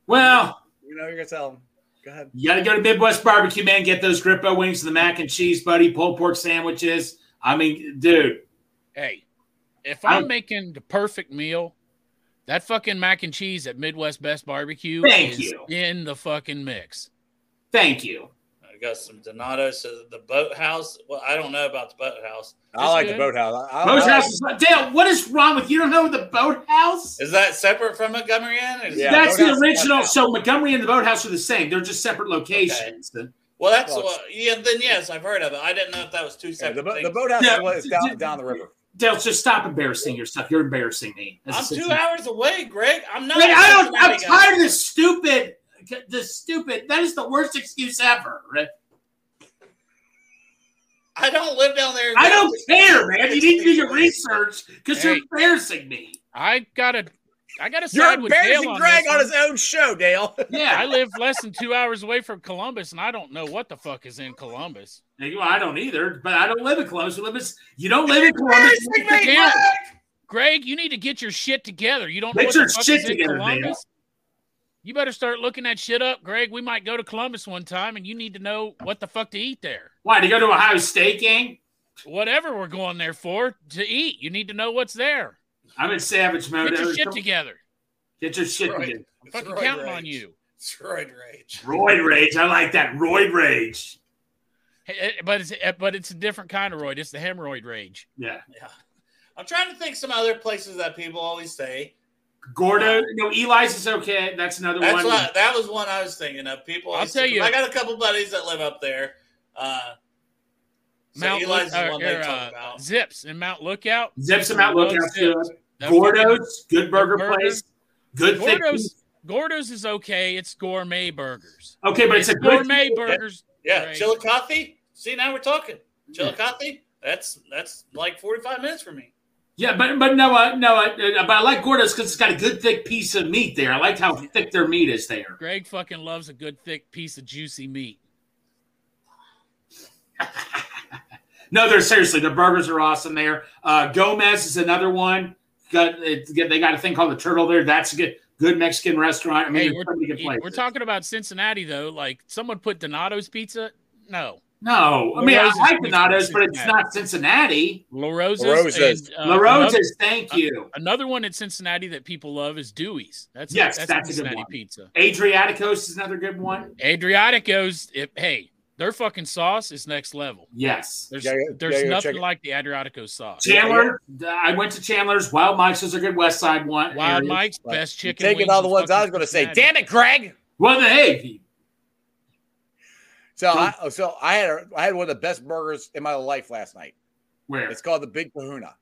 S6: well,
S5: You know you're gonna tell him. Go ahead.
S6: You got to go to Midwest Barbecue, man. Get those Grippo wings and the mac and cheese, buddy. Pulled pork sandwiches. I mean, dude,
S4: Hey, if I'm
S6: I'm-
S4: making the perfect meal, that fucking mac and cheese at Midwest Best Barbecue
S6: Thank
S4: is
S6: you.
S4: in the fucking mix.
S6: thank you.
S3: I got some Donatos. So the boathouse. Well, I don't know about the boathouse.
S5: I
S4: That's
S5: like the
S4: good.
S5: boathouse. I, I,
S6: Boathouse is not, Dale, what is wrong with you? Don't know the boathouse?
S3: Is that separate from Montgomery Inn? Is-
S5: Yeah,
S6: That's the
S5: Boathouse is
S6: original.
S5: Boathouse.
S6: So Montgomery and the boathouse are the same. They're just separate locations.
S3: Well, that's
S5: Well,
S3: what. Yeah. Then yes, I've heard of it. I didn't know if that was two
S5: yeah, the,
S3: separate
S5: bo- the
S3: things.
S5: boathouse
S6: Yeah.
S5: is what is down, down the river.
S6: Dale, just stop embarrassing yourself. You're embarrassing me.
S3: I'm
S6: That's a-
S3: two hours away, Greg. I'm not.
S6: Man,
S3: a
S6: I don't, I'm
S3: Cincinnati guy.
S6: tired of this stupid. This stupid. That is the worst excuse ever.
S3: I don't live down there.
S6: I don't care, man. You need to do your research because
S4: Hey.
S6: you're embarrassing me.
S4: I gotta, I gotta
S5: You're
S4: side with Dale
S5: embarrassing
S4: on
S5: Greg
S4: this
S5: on
S4: one.
S5: his own show, Dale.
S6: Yeah.
S4: I live less than two hours away from Columbus, and I don't know what the fuck is in Columbus.
S6: Well, I don't either, but I don't live in Columbus. We live in, you don't live in Columbus. you live in
S4: Greg!
S6: Dallas.
S4: Greg, you need to get your shit together. You don't know
S6: Get
S4: what the
S6: your
S4: fuck
S6: shit
S4: is in
S6: together, Dale.
S4: Columbus? You better start looking that shit up, Greg. We might go to Columbus one time, and you need to know what the fuck to eat there.
S6: Why to go to Ohio State game?
S4: Whatever we're going there for to eat, you need to know what's there.
S6: I'm in savage mode.
S4: Get your shit
S6: Everything-
S4: together.
S6: Get your shit
S3: Right.
S6: together.
S4: I'm
S3: It's
S4: fucking
S3: roid
S4: counting on
S3: rage.
S4: you.
S3: It's roid rage.
S6: Roid rage. I like that. Roid rage.
S4: Hey, eh, But it's eh, but it's a different kind of roid. It's the hemorrhoid rage.
S6: Yeah.
S3: Yeah. I'm trying to think some other places that people always say.
S4: Uh,
S6: Gordo. No, Eli's is okay. That's another
S3: That's
S6: one.
S3: what, that was one I was thinking of. People,
S4: I'll
S3: always
S4: tell
S3: say-
S4: you.
S3: I got a couple buddies that live up there. Uh, so
S4: Mount
S3: Eli's
S4: Look-
S3: is
S4: or,
S3: one they
S4: or,
S3: talk
S4: uh,
S3: about.
S4: Zips and Mount Lookout.
S6: Zips them out. Look
S4: Love
S6: out to
S4: Zips. That fucking-
S6: Gordo's. Good burger
S4: burger.
S6: place. Good thick
S4: Gordo's Gordo's is okay. It's gourmet burgers.
S6: beef. Okay, but it's
S4: It's
S6: a good.
S4: gourmet burgers.
S3: Yeah,
S4: Right.
S3: Chillicothe. See, now we're talking. Chillicothe. That's that's like 45 minutes for me.
S6: Yeah, but but no, uh, no, uh, but I like Gordo's because it's got a good thick piece of meat there. I liked how thick their meat is there.
S4: Greg fucking loves a good thick piece of juicy meat.
S6: No, they're seriously their burgers are awesome there. Uh, Gomez is another one. Got it, they got a thing called the Turtle there. That's a good good Mexican restaurant. I mean,
S4: Hey,
S6: there's
S4: we're,
S6: so many good places.
S4: we're talking about Cincinnati though. Like someone put Donato's pizza. No,
S6: No, I mean
S4: La Rosa's
S6: I like
S4: from
S6: Donato's, but it's
S4: Cincinnati.
S6: not Cincinnati.
S4: La Rosa's.
S5: La Rosa's.
S4: and, uh,
S6: La Rosa's, thank
S4: uh,
S6: you.
S4: Another, another one in Cincinnati that people love is Dewey's. That's
S6: Yes,
S4: that's,
S6: that's a good
S4: Cincinnati
S6: one.
S4: pizza.
S6: Adriaticos is another good one.
S4: Adriatico's. It, hey, their fucking sauce is next level.
S6: Yes.
S4: There's
S5: Yeah, yeah,
S4: there's
S5: yeah, yeah, check
S4: nothing
S5: it.
S4: like the Adriatico sauce.
S5: Yeah,
S6: Chandler, I went to Chandler's. Wild Mike's is a good West Side one.
S4: Wild
S6: area.
S4: Mike's
S5: Like,
S4: best
S5: You're
S4: chicken.
S5: taking
S4: wings
S5: all the
S4: in
S5: ones I was
S4: fucking
S5: gonna say.
S4: Cincinnati.
S5: Damn it, Greg.
S6: Well, the hey,
S5: So I so I had a, I had one of the best burgers in my life last night.
S6: where?
S5: It's called the Big Kahuna.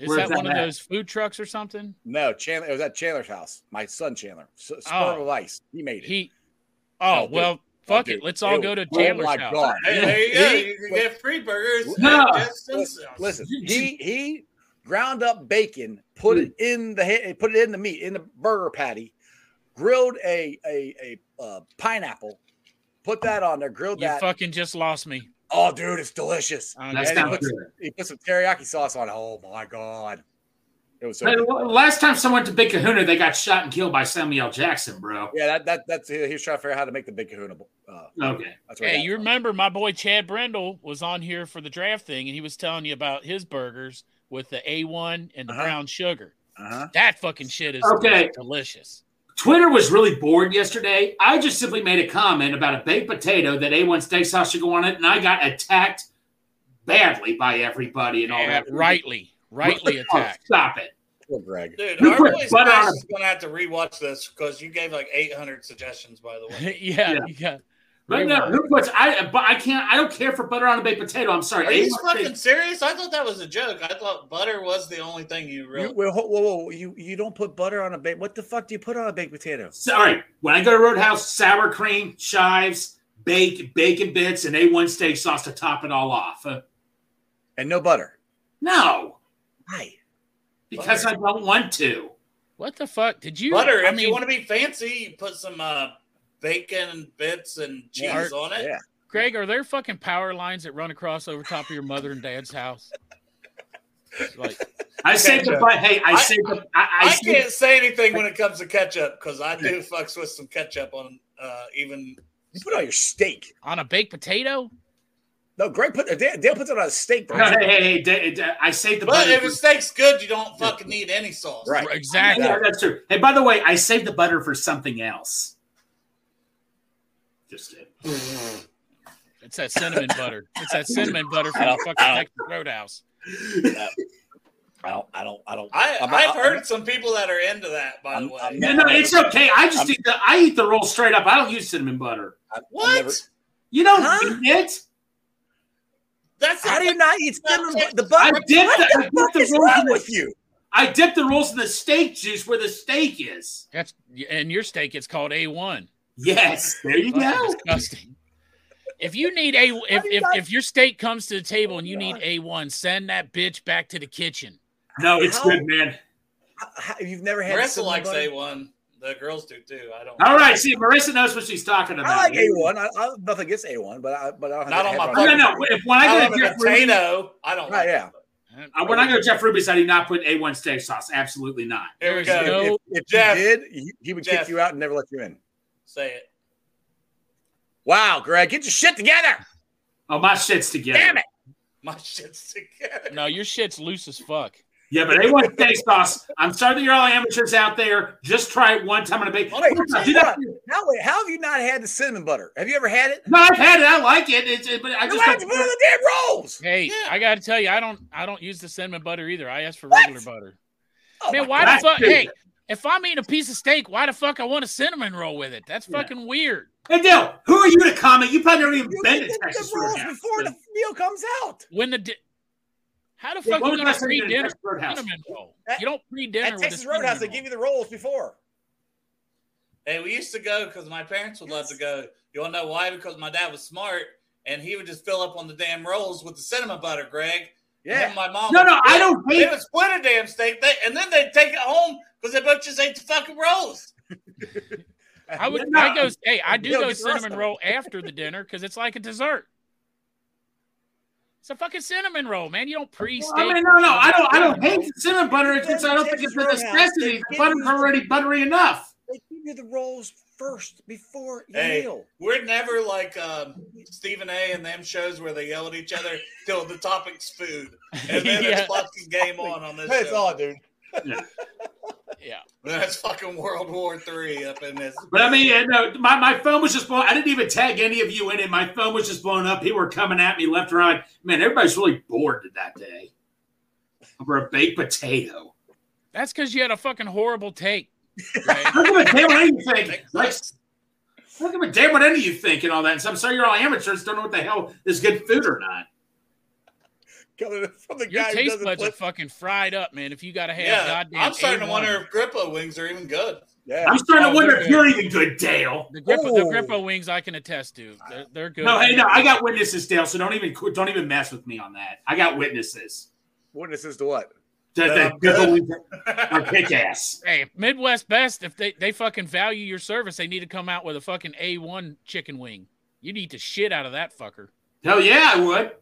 S4: Is
S6: Where's
S4: that
S6: that
S4: one
S6: at?
S4: of those food trucks or something?
S5: No, Chandler. It was at Chandler's house. My son Chandler. S- Spur
S4: Oh.
S5: of ice. He made it.
S4: He.
S5: Oh,
S4: Oh
S5: dude.
S4: well, fuck
S5: Oh,
S4: it.
S5: dude.
S4: Let's all
S5: Ew.
S4: go to
S5: Oh,
S4: Chandler's
S5: my
S4: house.
S5: God.
S3: Hey, there you go.
S5: He-
S3: You can get free burgers.
S6: No.
S3: Just some sauce.
S5: Listen,
S6: You-
S5: he he ground up bacon, put it in the he- put it in the meat in the burger patty, grilled a a, a uh, pineapple, put that on there, grilled
S4: You
S5: that.
S4: fucking just lost me.
S5: oh, dude, it's delicious.
S4: I don't
S6: That's
S4: get it.
S5: And he
S6: not
S5: puts-
S6: good.
S5: He put some teriyaki sauce on. it. Oh my god, it was so.
S6: Hey,
S5: good.
S6: l- Last time someone went to Big Kahuna, they got shot and killed by Samuel L. Jackson, bro.
S5: Yeah, that, that that's he he was trying to figure out how to make the big Kahuna. Uh,
S6: Okay.
S5: that's where
S4: Hey,
S5: that
S4: you
S5: was.
S4: remember my boy Chad Brendel was on here for the draft thing, and he was telling you about his burgers with the A1 and the
S5: Uh-huh.
S4: brown sugar.
S5: Uh-huh.
S4: That fucking shit is
S6: Okay.
S4: delicious.
S6: Twitter was really bored yesterday. I just simply made a comment about a baked potato that A1 steak sauce should go on it, and I got attacked badly by everybody and all
S4: Yeah,
S6: that.
S4: rightly, rightly
S6: Oh,
S4: attacked.
S6: stop it.
S5: Poor Greg.
S3: Dude,
S6: You
S3: our
S6: put
S3: boy
S6: butter on
S3: Smash
S6: a-
S3: is going to have to rewatch this because you gave like 800 suggestions, by the way.
S4: yeah,
S6: Yeah.
S4: you got
S6: But no,
S4: Rewind.
S6: who puts I? But I can't. I don't care for butter on a baked potato. I'm sorry.
S3: Are you
S6: A1 steak-
S3: fucking serious? I thought that was a joke. I thought butter was the only thing you
S5: You,
S3: really.
S5: whoa, whoa, whoa, you you don't put butter on a baked. What the fuck do you put on a baked potato?
S6: Sorry, when I go to Roadhouse, sour cream, chives, bake, bacon bits, and A1 steak sauce to top it all off. Uh,
S5: And no butter.
S6: no,
S5: Why?
S6: because I don't want to.
S4: what the fuck? Did you
S3: butter.
S4: I
S3: if
S4: mean,
S3: you want to be fancy, you put some uh, bacon bits and cheese
S5: Yeah.
S3: on it.
S5: Yeah.
S4: Greg, are there fucking power lines that run across over top of your mother and dad's house? It's Like,
S6: I saved the
S3: Ketchup.
S6: butt. Hey, I,
S3: I-
S6: saved the. I, I,
S3: I,
S6: saved-
S3: can't say anything when it comes to ketchup because I do fucks with some ketchup on uh, even.
S5: You put it on your steak.
S4: on a baked potato?
S5: No, Greg put Dale, Dale puts it on a steak.
S6: No,
S5: Right.
S6: hey, hey, hey, da- da- I saved the
S3: But
S6: butter.
S3: if a steak's good, you don't fucking need any sauce.
S5: Right.
S4: Exactly.
S6: Yeah, that's true. Hey, by the way, I saved the butter for something else. Just kidding.
S4: It's that cinnamon butter. It's that cinnamon butter from the fucking Texas Roadhouse.
S5: I don't. I don't. I don't.
S3: I,
S5: I'm-
S3: I've
S5: I'm-
S3: heard some people that are into that. By
S5: I'm-
S3: the way,
S5: I'm
S6: No, no, it's okay. I just
S5: I'm-
S6: eat the. I eat the roll straight up. I don't use cinnamon butter.
S5: I- I've
S3: what?
S5: never-
S6: You don't
S5: Huh?
S6: eat it.
S3: that's
S5: how do you not eat cinnamon? bu- The
S6: I
S5: butter.
S6: did
S5: What
S6: that. I
S5: the
S6: did
S5: fuck
S6: the
S5: is wrong
S6: rolls.
S5: with you?
S6: I dip the rolls in the steak juice where the steak is.
S4: That's and your steak. It's called A one.
S6: Yes, there you go.
S4: Disgusting. If you need a if
S5: do you
S4: if,
S5: not-
S4: if your steak comes to the table and you need a one, send that bitch back to the kitchen.
S6: No, it's
S5: How-
S6: good, man.
S5: How- how- you've never had
S3: Marissa
S5: cinnamon
S3: likes
S5: butter?
S3: A one. The girls do too. I don't.
S6: All right, see, Marissa knows what she's talking about.
S5: I like A one. I, I nothing against A one, but I but I don't
S3: Not
S5: have
S3: on
S5: to
S3: my
S5: have it
S6: No, no,
S3: fucking-
S6: no. If, when
S3: I
S6: I go
S3: love
S6: to
S3: a
S6: Jeff Ruby's, uh,
S3: potato. I don't.
S5: Right,
S3: like
S5: yeah.
S6: when I go to Jeff Ruby's, I do not put A one steak sauce. Absolutely not.
S3: it. Here we
S4: There's
S3: go.
S4: no-
S5: If, if
S3: Jeff.
S5: he did, he, he would
S3: Jeff.
S5: kick you out and never let you in.
S3: Say it.
S5: Wow, Greg, get your shit together.
S6: Oh, my shit's together.
S5: Damn it.
S3: My shit's together.
S4: No, your shit's loose as fuck.
S6: Yeah, but A one steak sauce. I'm sorry that you're all amateurs out there. Just try it one time in a bake.
S5: Wait,
S6: Do that.
S5: How, how have you not had the cinnamon butter? Have you ever had it?
S6: No, I've had it. I like it. It's, it but I
S5: Then why
S6: just
S5: don't you put
S6: don't,
S5: it on the damn rolls?
S4: Hey,
S3: Yeah.
S4: I gotta tell you, I don't I don't use the cinnamon butter either. I ask for
S5: What?
S4: regular butter.
S5: Oh
S4: Man,
S5: my
S4: why
S6: God.
S4: the fuck?
S6: Dude.
S4: Hey, if I'm eating a piece of steak, why the fuck I want a cinnamon roll with it? That's
S6: Yeah.
S4: fucking weird.
S6: Hey, Dale, who are you to comment? You probably never even
S5: You
S6: been
S5: get
S6: to
S5: the,
S6: Texas
S5: the rolls
S6: Roadhouse.
S5: before the meal comes out.
S4: When the di- how the
S6: Yeah,
S4: fuck you
S6: when was the
S4: gonna
S6: last time you
S4: pre
S6: did a
S4: dinner
S6: Texas Roadhouse?
S4: cinnamon roll?
S5: At-
S4: You don't pre dinner
S5: At Texas Roadhouse, they give you the rolls before.
S3: Hey, we used to go because my parents would love to go. You want to know why? Because my dad was smart and he would just fill up on the damn rolls with the cinnamon butter, Greg. And then
S5: Yeah.
S3: my mom.
S6: No,
S3: would
S6: no, I
S3: split-
S6: don't
S3: They
S6: hate
S3: would split a damn steak, they, and then they'd take it home because they both just ate the fucking rolls.
S4: I would.
S6: No.
S4: I go. Hey, I do
S5: No,
S4: go
S5: get the rest
S4: cinnamon
S5: of it.
S4: roll after the dinner because it's like a dessert. It's a fucking cinnamon roll, man. You don't pre steak.
S6: I mean, no, no, I don't. I don't hate the cinnamon butter. It's just I don't think it's a necessity. The butter's already buttery enough.
S5: They give you the rolls first before your
S3: Hey.
S5: meal.
S3: We're never like um, Stephen A. and them shows where they yell at each other till the topic's food, and then
S4: Yeah.
S3: it's fucking game on on this.
S5: That's
S3: show.
S5: all, dude.
S4: Yeah.
S3: That's fucking World War Three up in this.
S6: But I mean, yeah, no, my, my phone was just blown. I didn't even tag any of you in it. My phone was just blown up. People were coming at me left and right. Man, everybody's really bored that day over a baked potato.
S4: That's because you had a fucking horrible take. Right?
S6: Look at damn what any of you think. Like, look at damn what any of you think and all that. And so I'm sorry you're all amateurs. Don't know what the hell is good food or not.
S5: Coming from the
S4: Your
S5: guy who
S4: taste
S5: doesn't
S4: buds are
S5: put.
S4: fucking fried up, man. If you gotta have
S3: yeah,
S4: goddamn,
S3: I'm starting to
S4: A1.
S3: wonder if Grippo wings are even good.
S5: Yeah.
S6: I'm starting
S4: Oh,
S6: to wonder
S4: they're
S6: if
S4: good.
S6: you're even good, Dale.
S4: the grippo, the
S5: Oh.
S4: grippo wings. I can attest to. They're, they're good.
S6: No, hey, no, I got witnesses, Dale. So don't even don't even mess with me on that. I got witnesses.
S5: Witnesses to what?
S6: That,
S3: Then I'm
S6: that
S3: good.
S6: Pippa are kick ass.
S4: Hey, Midwest Best, if they, they fucking value your service, they need to come out with a fucking A1 chicken wing. You need to shit out of that fucker.
S6: Hell yeah, I would.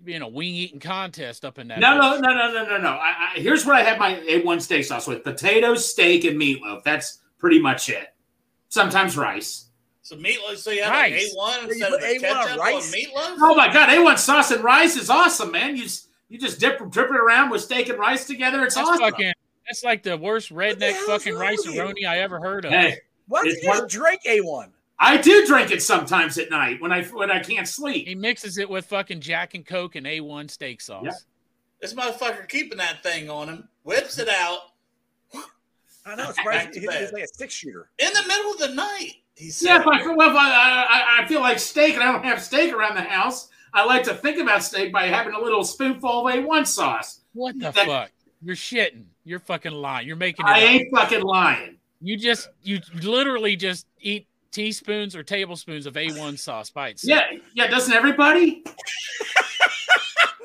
S4: You'd be in a wing eating contest up in that.
S6: No, no,
S4: bitch.
S6: no, no, no, no, no. I, I, here's what I have my A1 steak sauce with potatoes, steak, and meatloaf. That's pretty much it. Sometimes rice.
S3: So meatloaf. So you have
S4: Nice.
S3: like A1
S5: You
S3: instead
S5: put
S3: of the
S5: A1 on
S3: ketchup
S5: rice?
S3: on meatloaf.
S6: Oh my God, A1 sauce and rice is awesome, man. You, s- you just dip, drip it around with steak and rice together. It's
S4: That's
S6: awesome.
S4: fucking. That's like the worst redneck
S5: hell's
S4: fucking
S5: wrong with you?
S4: rice-a-roni I ever heard of.
S6: Hey,
S5: Why don't
S6: It's
S5: you just
S6: one-
S5: drink A1?
S6: I do drink it sometimes at night when I when I can't sleep.
S4: He mixes it with fucking Jack and Coke and A1 steak sauce.
S6: Yeah.
S3: This motherfucker keeping that thing on him, whips it out
S5: I know it's right.
S3: That's
S5: It's
S3: bad.
S5: it's like a six shooter.
S3: in the middle of the night. He
S6: Yeah,
S3: said,
S6: if I, feel- well, if I, I, I- I feel like steak and I don't have steak around the house, I like to think about steak by having a little spoonful of A1 sauce.
S4: What the
S6: That-
S4: fuck? You're shitting. You're fucking lying. You're making it.
S6: I
S4: up.
S6: ain't fucking lying.
S4: You just you literally just eat teaspoons or tablespoons of A1 sauce by itself.
S6: Yeah, yeah, doesn't everybody?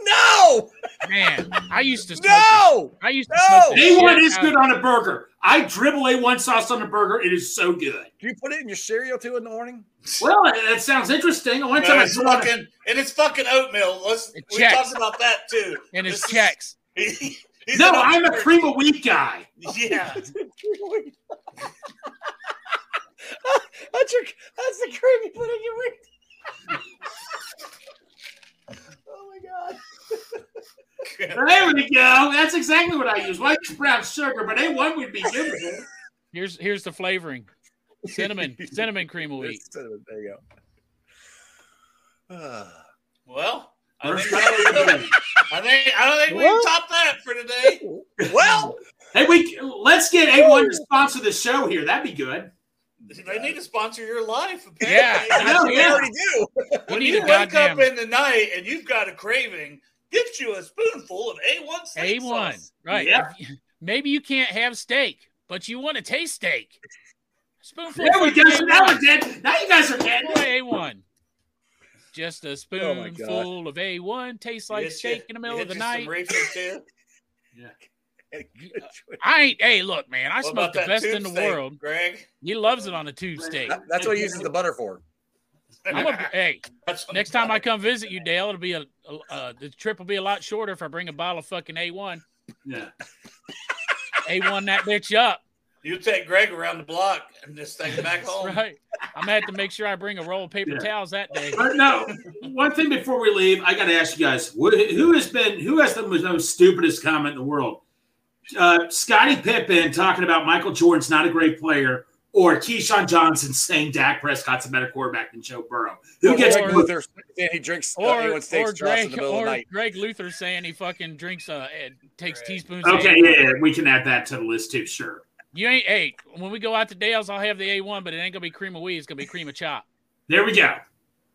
S5: No,
S4: Man, I used to smoke the-
S5: no.
S4: I used to
S5: No!
S4: smoke the
S6: A1
S4: Oh, shit
S6: is
S4: out-
S6: good on a burger. I dribble A1 sauce on a burger. It is so good.
S5: Do you put it in your cereal too in the morning?
S6: Well, that sounds interesting. One time
S3: and
S6: I
S3: it's
S6: put on a-
S3: fucking and it's fucking oatmeal. Let's
S4: It
S3: we
S4: checks.
S3: talked about that too.
S4: and it's
S3: This is-
S4: checks.
S3: he- "Oh, he's
S6: No,
S3: an
S6: I'm a
S3: oatmeal-
S6: cream of wheat guy.
S3: Yeah,
S5: that's your. That's the cream you put in your wheat. oh my god.
S6: There we go. That's exactly what I use. Well, I use brown sugar, but A1 would be good. with it.
S4: Here's here's the flavoring. Cinnamon, cinnamon cream of wheat.
S5: It's cinnamon. There you go. Ah.
S3: Well, I
S6: First
S3: think,
S6: time I've ever done
S3: that-
S6: it.
S3: I think I don't think we can
S5: Well-
S3: top that for today.
S5: well,
S6: Hey, we let's get A1 to sponsor the show here. That'd be good.
S3: They need to sponsor your life.
S4: Yeah.
S3: apparently.
S6: No,
S5: we
S6: yeah.
S5: already do.
S4: We
S3: When
S4: need
S3: you
S4: a
S3: wake
S4: goddamn
S3: up in the night and you've got a craving, get you a spoonful of A1 steak
S4: A1.
S3: sauce.
S4: Right.
S6: Yeah.
S4: If you- Maybe you can't have steak, but you want to taste steak. Spoonful.
S6: There we go.
S4: of
S6: So now we're
S4: A1.
S6: dead. Now you guys are dead.
S4: Boy, A1. Just a
S3: Oh
S5: my God.
S4: spoonful of A1 tastes like
S3: Get you-
S4: steak in the middle
S3: get
S4: of the
S3: you some
S4: night.
S3: reefer, too.
S4: I ain't. Hey, look, man. I
S3: What
S4: smoke
S3: about
S4: the
S3: that
S4: best
S3: tube
S4: in the
S3: steak,
S4: world.
S3: Greg.
S4: He loves it on a tube steak.
S5: That- that's what he uses the butter for.
S4: I'm a, hey,
S3: That's what
S4: next
S3: I'm
S4: time I come visit you, Dale, it'll be a, a uh, the trip will be a lot shorter if I bring a bottle of fucking A1.
S6: Yeah.
S4: A1 that bitch up,
S3: You take Greg around the block and just take him back home.
S4: right? I'm gonna have to make sure I bring a roll of paper
S6: Yeah.
S4: towels that day.
S6: But no, one thing before we leave, I got to ask you guys: wh- who has been who has the most, most stupidest comment in the world? Uh, Scottie Pippen talking about Michael Jordan's not a great player, or Keyshawn Johnson saying Dak Prescott's a better quarterback than Joe Burrow. Who
S5: Or
S6: gets
S5: Greg
S4: or-
S6: more-
S5: Luther, and he drinks uh,
S4: Or,
S5: anyone steaks
S4: or
S5: drops in
S4: Greg
S5: the middle of
S4: or
S5: the night.
S4: Greg Luther saying he fucking drinks uh and takes
S3: Greg.
S4: teaspoons. of
S6: Okay,
S4: A1.
S6: yeah, yeah, we can add that to the list too. Sure.
S4: You ain't hey. When we go out to Dale's, I'll have the A1, but it ain't gonna be cream of wheat. It's gonna be cream of chop.
S6: There we go.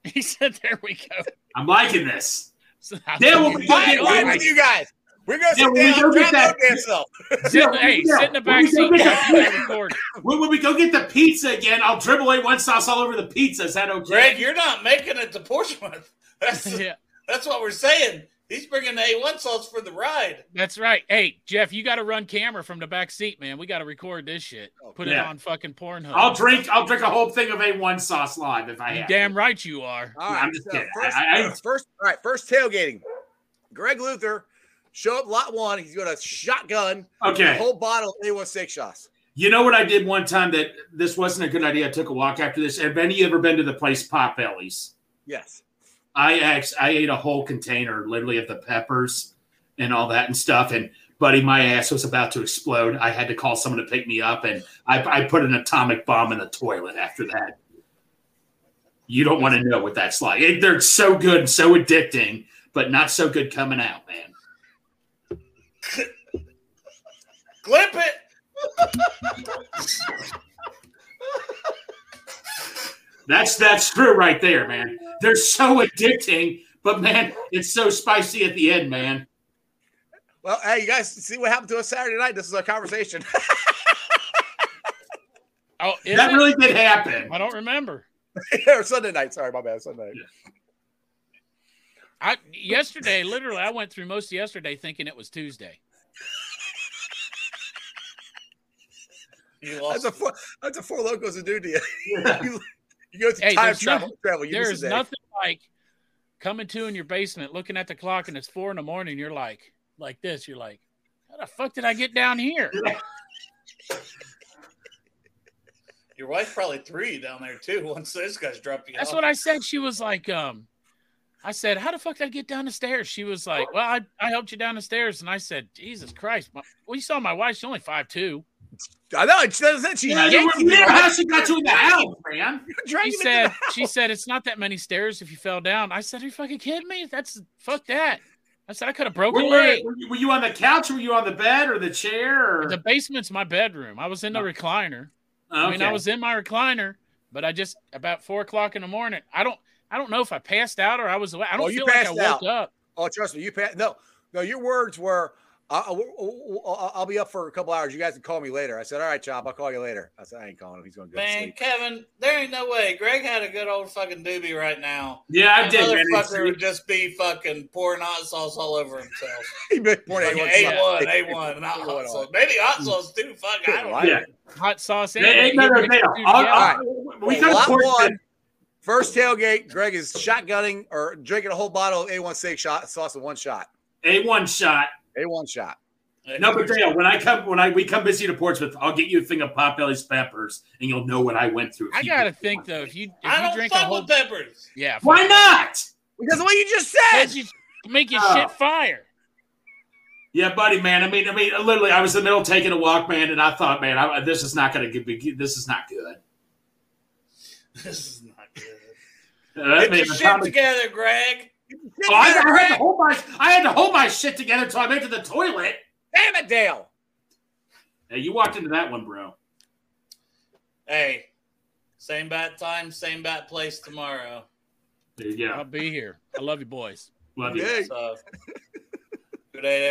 S4: He said, "There we go."
S6: I'm liking this.
S4: So I-
S6: Dale, when we go
S5: I'm
S6: get
S5: right
S6: Greg-
S5: with you guys. We're gonna sit
S6: Yeah,
S5: down
S6: when we go
S5: and
S6: get
S5: drown
S6: that-
S5: our damn self.
S4: Sit,
S6: Yeah,
S4: hey,
S6: yeah.
S4: sit in the
S6: When
S4: back
S6: we go
S4: seat.
S6: get
S4: Dale,
S6: that-
S4: and record.
S6: When, when we go get the pizza again, I'll dribble A1 sauce all over the pizza. Is that okay?
S3: Greg, you're not making it to Portsmouth. That's
S4: Yeah,
S3: that's what we're saying. He's bringing the A1 sauce for the ride.
S4: that's right. Hey, Jeff, you got to run camera from the back seat, man. We got to record this shit. Put it
S6: Oh, Yeah.
S4: on fucking Pornhub.
S6: I'll drink. I'll drink a whole thing of A1 sauce live if I
S4: you
S6: have. to.
S4: damn right you are.
S5: All
S6: Yeah,
S5: right,
S6: I'm just
S5: so
S6: kidding. I-
S5: first,
S6: I- I-
S5: first, all right, first tailgating. Greg Luther, show up lot one. He's gonna shotgun a
S6: Okay.
S5: whole bottle of A1 steak shots.
S6: You know what I did one time that this wasn't a good idea. I took a walk after this. Have any of you ever been to the place Pop Bellies?
S5: Yes.
S6: I ex- I ate a whole container literally of the peppers and all that and stuff. And buddy, my ass was about to explode. I had to call someone to pick me up, and I, I put an atomic bomb in the toilet after that. You don't want to know what that's like. It, they're so good and so addicting, but not so good coming out, man.
S3: Clip it.
S6: That's that's true right there, man. They're so addicting, but man, it's so spicy at the end, man.
S5: Well, hey, you guys see what happened to us Saturday night? This is our conversation.
S4: Oh, is
S6: that
S4: it?
S6: really did happen.
S4: I don't remember.
S5: or Sunday night. Sorry, my bad. Sunday night.
S6: Oh,
S4: I yesterday, literally, I went through most of yesterday thinking it was Tuesday.
S3: You
S5: That's
S3: lost.
S5: a four, that's a four locos to do to you. you, you go through
S4: Hey,
S5: time
S4: there's
S5: travel.
S4: nothing-
S5: travel. You miss a
S4: There's
S5: day.
S4: nothing like coming to in your basement, looking at the clock, and it's four in the morning. You're like, like this. You're like, how the fuck did I get down here?
S3: Your wife probably threw you down there too. Once those guys dropped you
S4: That's
S3: off.
S4: what I said. She was like, um, I said, how the fuck did I get down the stairs? She was like, well, I, I helped you down the stairs, and I said, Jesus Christ, my, well, you saw my wife. She's only five two.
S5: I know. It's, it's, she's
S6: Yeah, you were
S5: yanking you
S6: near
S5: right?
S6: how she got you in the house, man.
S5: You're dragging
S4: She
S5: me to
S4: said,
S5: the
S4: she said, it's not that many stairs if you fell down. I said, are you fucking kidding me? That's fuck that. I said I could have
S6: Were
S4: broken a
S6: you,
S4: leg.
S6: were you- were you on the couch? Were you on the bed or the chair? Or...
S4: The basement's my bedroom. I was
S5: Oh.
S4: in the recliner. I mean, I
S6: Okay.
S4: was in my recliner, but I just about four o'clock in the morning. I don't, I don't know if I passed out or I was awake. I don't
S5: Oh, you
S4: feel like I
S5: passed
S4: woke
S5: out.
S4: up.
S5: Oh, trust me, you pa No, no, your words were, I, will be up for a couple hours. You guys can call me later. I said, all right, Chop, I'll call you later. I said, I ain't calling him. He's going to go to
S3: Man,
S5: sleep.
S3: Kevin, there ain't no way. Greg had a good old fucking doobie right now.
S6: Yeah, I
S3: That
S6: did. man.
S3: Motherfucker would just be fucking pouring hot sauce all over himself.
S5: He been born
S3: Fucking
S5: A1.
S3: A one,
S5: Yeah.
S3: A one, not
S5: A1
S3: hot
S5: on.
S3: sauce. Maybe hot sauce too. Fuck, I don't.
S6: Yeah.
S4: Hot sauce.
S6: Yeah,
S4: anyway.
S6: ain't no,
S4: You
S6: no,
S4: mix
S6: no.
S4: the two
S6: I'll-
S4: together.
S6: I'll- We
S5: Well,
S6: could have
S5: lot
S6: porked
S5: one, first tailgate, Greg is shotgunning or drinking a whole bottle of A1 steak shot, sauce in one shot.
S6: a one shot.
S5: A1 shot.
S6: No, but Dale, when I come, when I we come visit you to Portsmouth, I'll get you a thing of Potbelly's peppers, and you'll know what I went through.
S4: I gotta think though, if you if
S3: I
S4: you
S3: don't
S4: drink a
S3: fuck
S4: whole,
S3: with peppers.
S4: yeah, fuck
S6: Why not?
S5: Because of what you just
S4: that
S5: said.
S4: you make your
S6: Oh.
S4: shit fire.
S6: Yeah, buddy, man. I mean, I mean, literally, I was in the middle of taking a walk, man, and I thought, man, I, this is not going to get. This is not good.
S3: This is not good.
S6: And I, mean,
S3: Get your
S6: Uh, I
S3: shit
S6: probably-
S3: together, Greg.
S6: Oh, I, I had to hold my, I had to hold my shit together until I went to the toilet.
S5: Damn it, Dale.
S6: Hey, you walked into that one, bro.
S3: Hey, same bat time, same bat place tomorrow.
S6: Yeah,
S4: I'll be here. I love you, boys.
S6: love you.
S5: Hey.
S3: So, good day,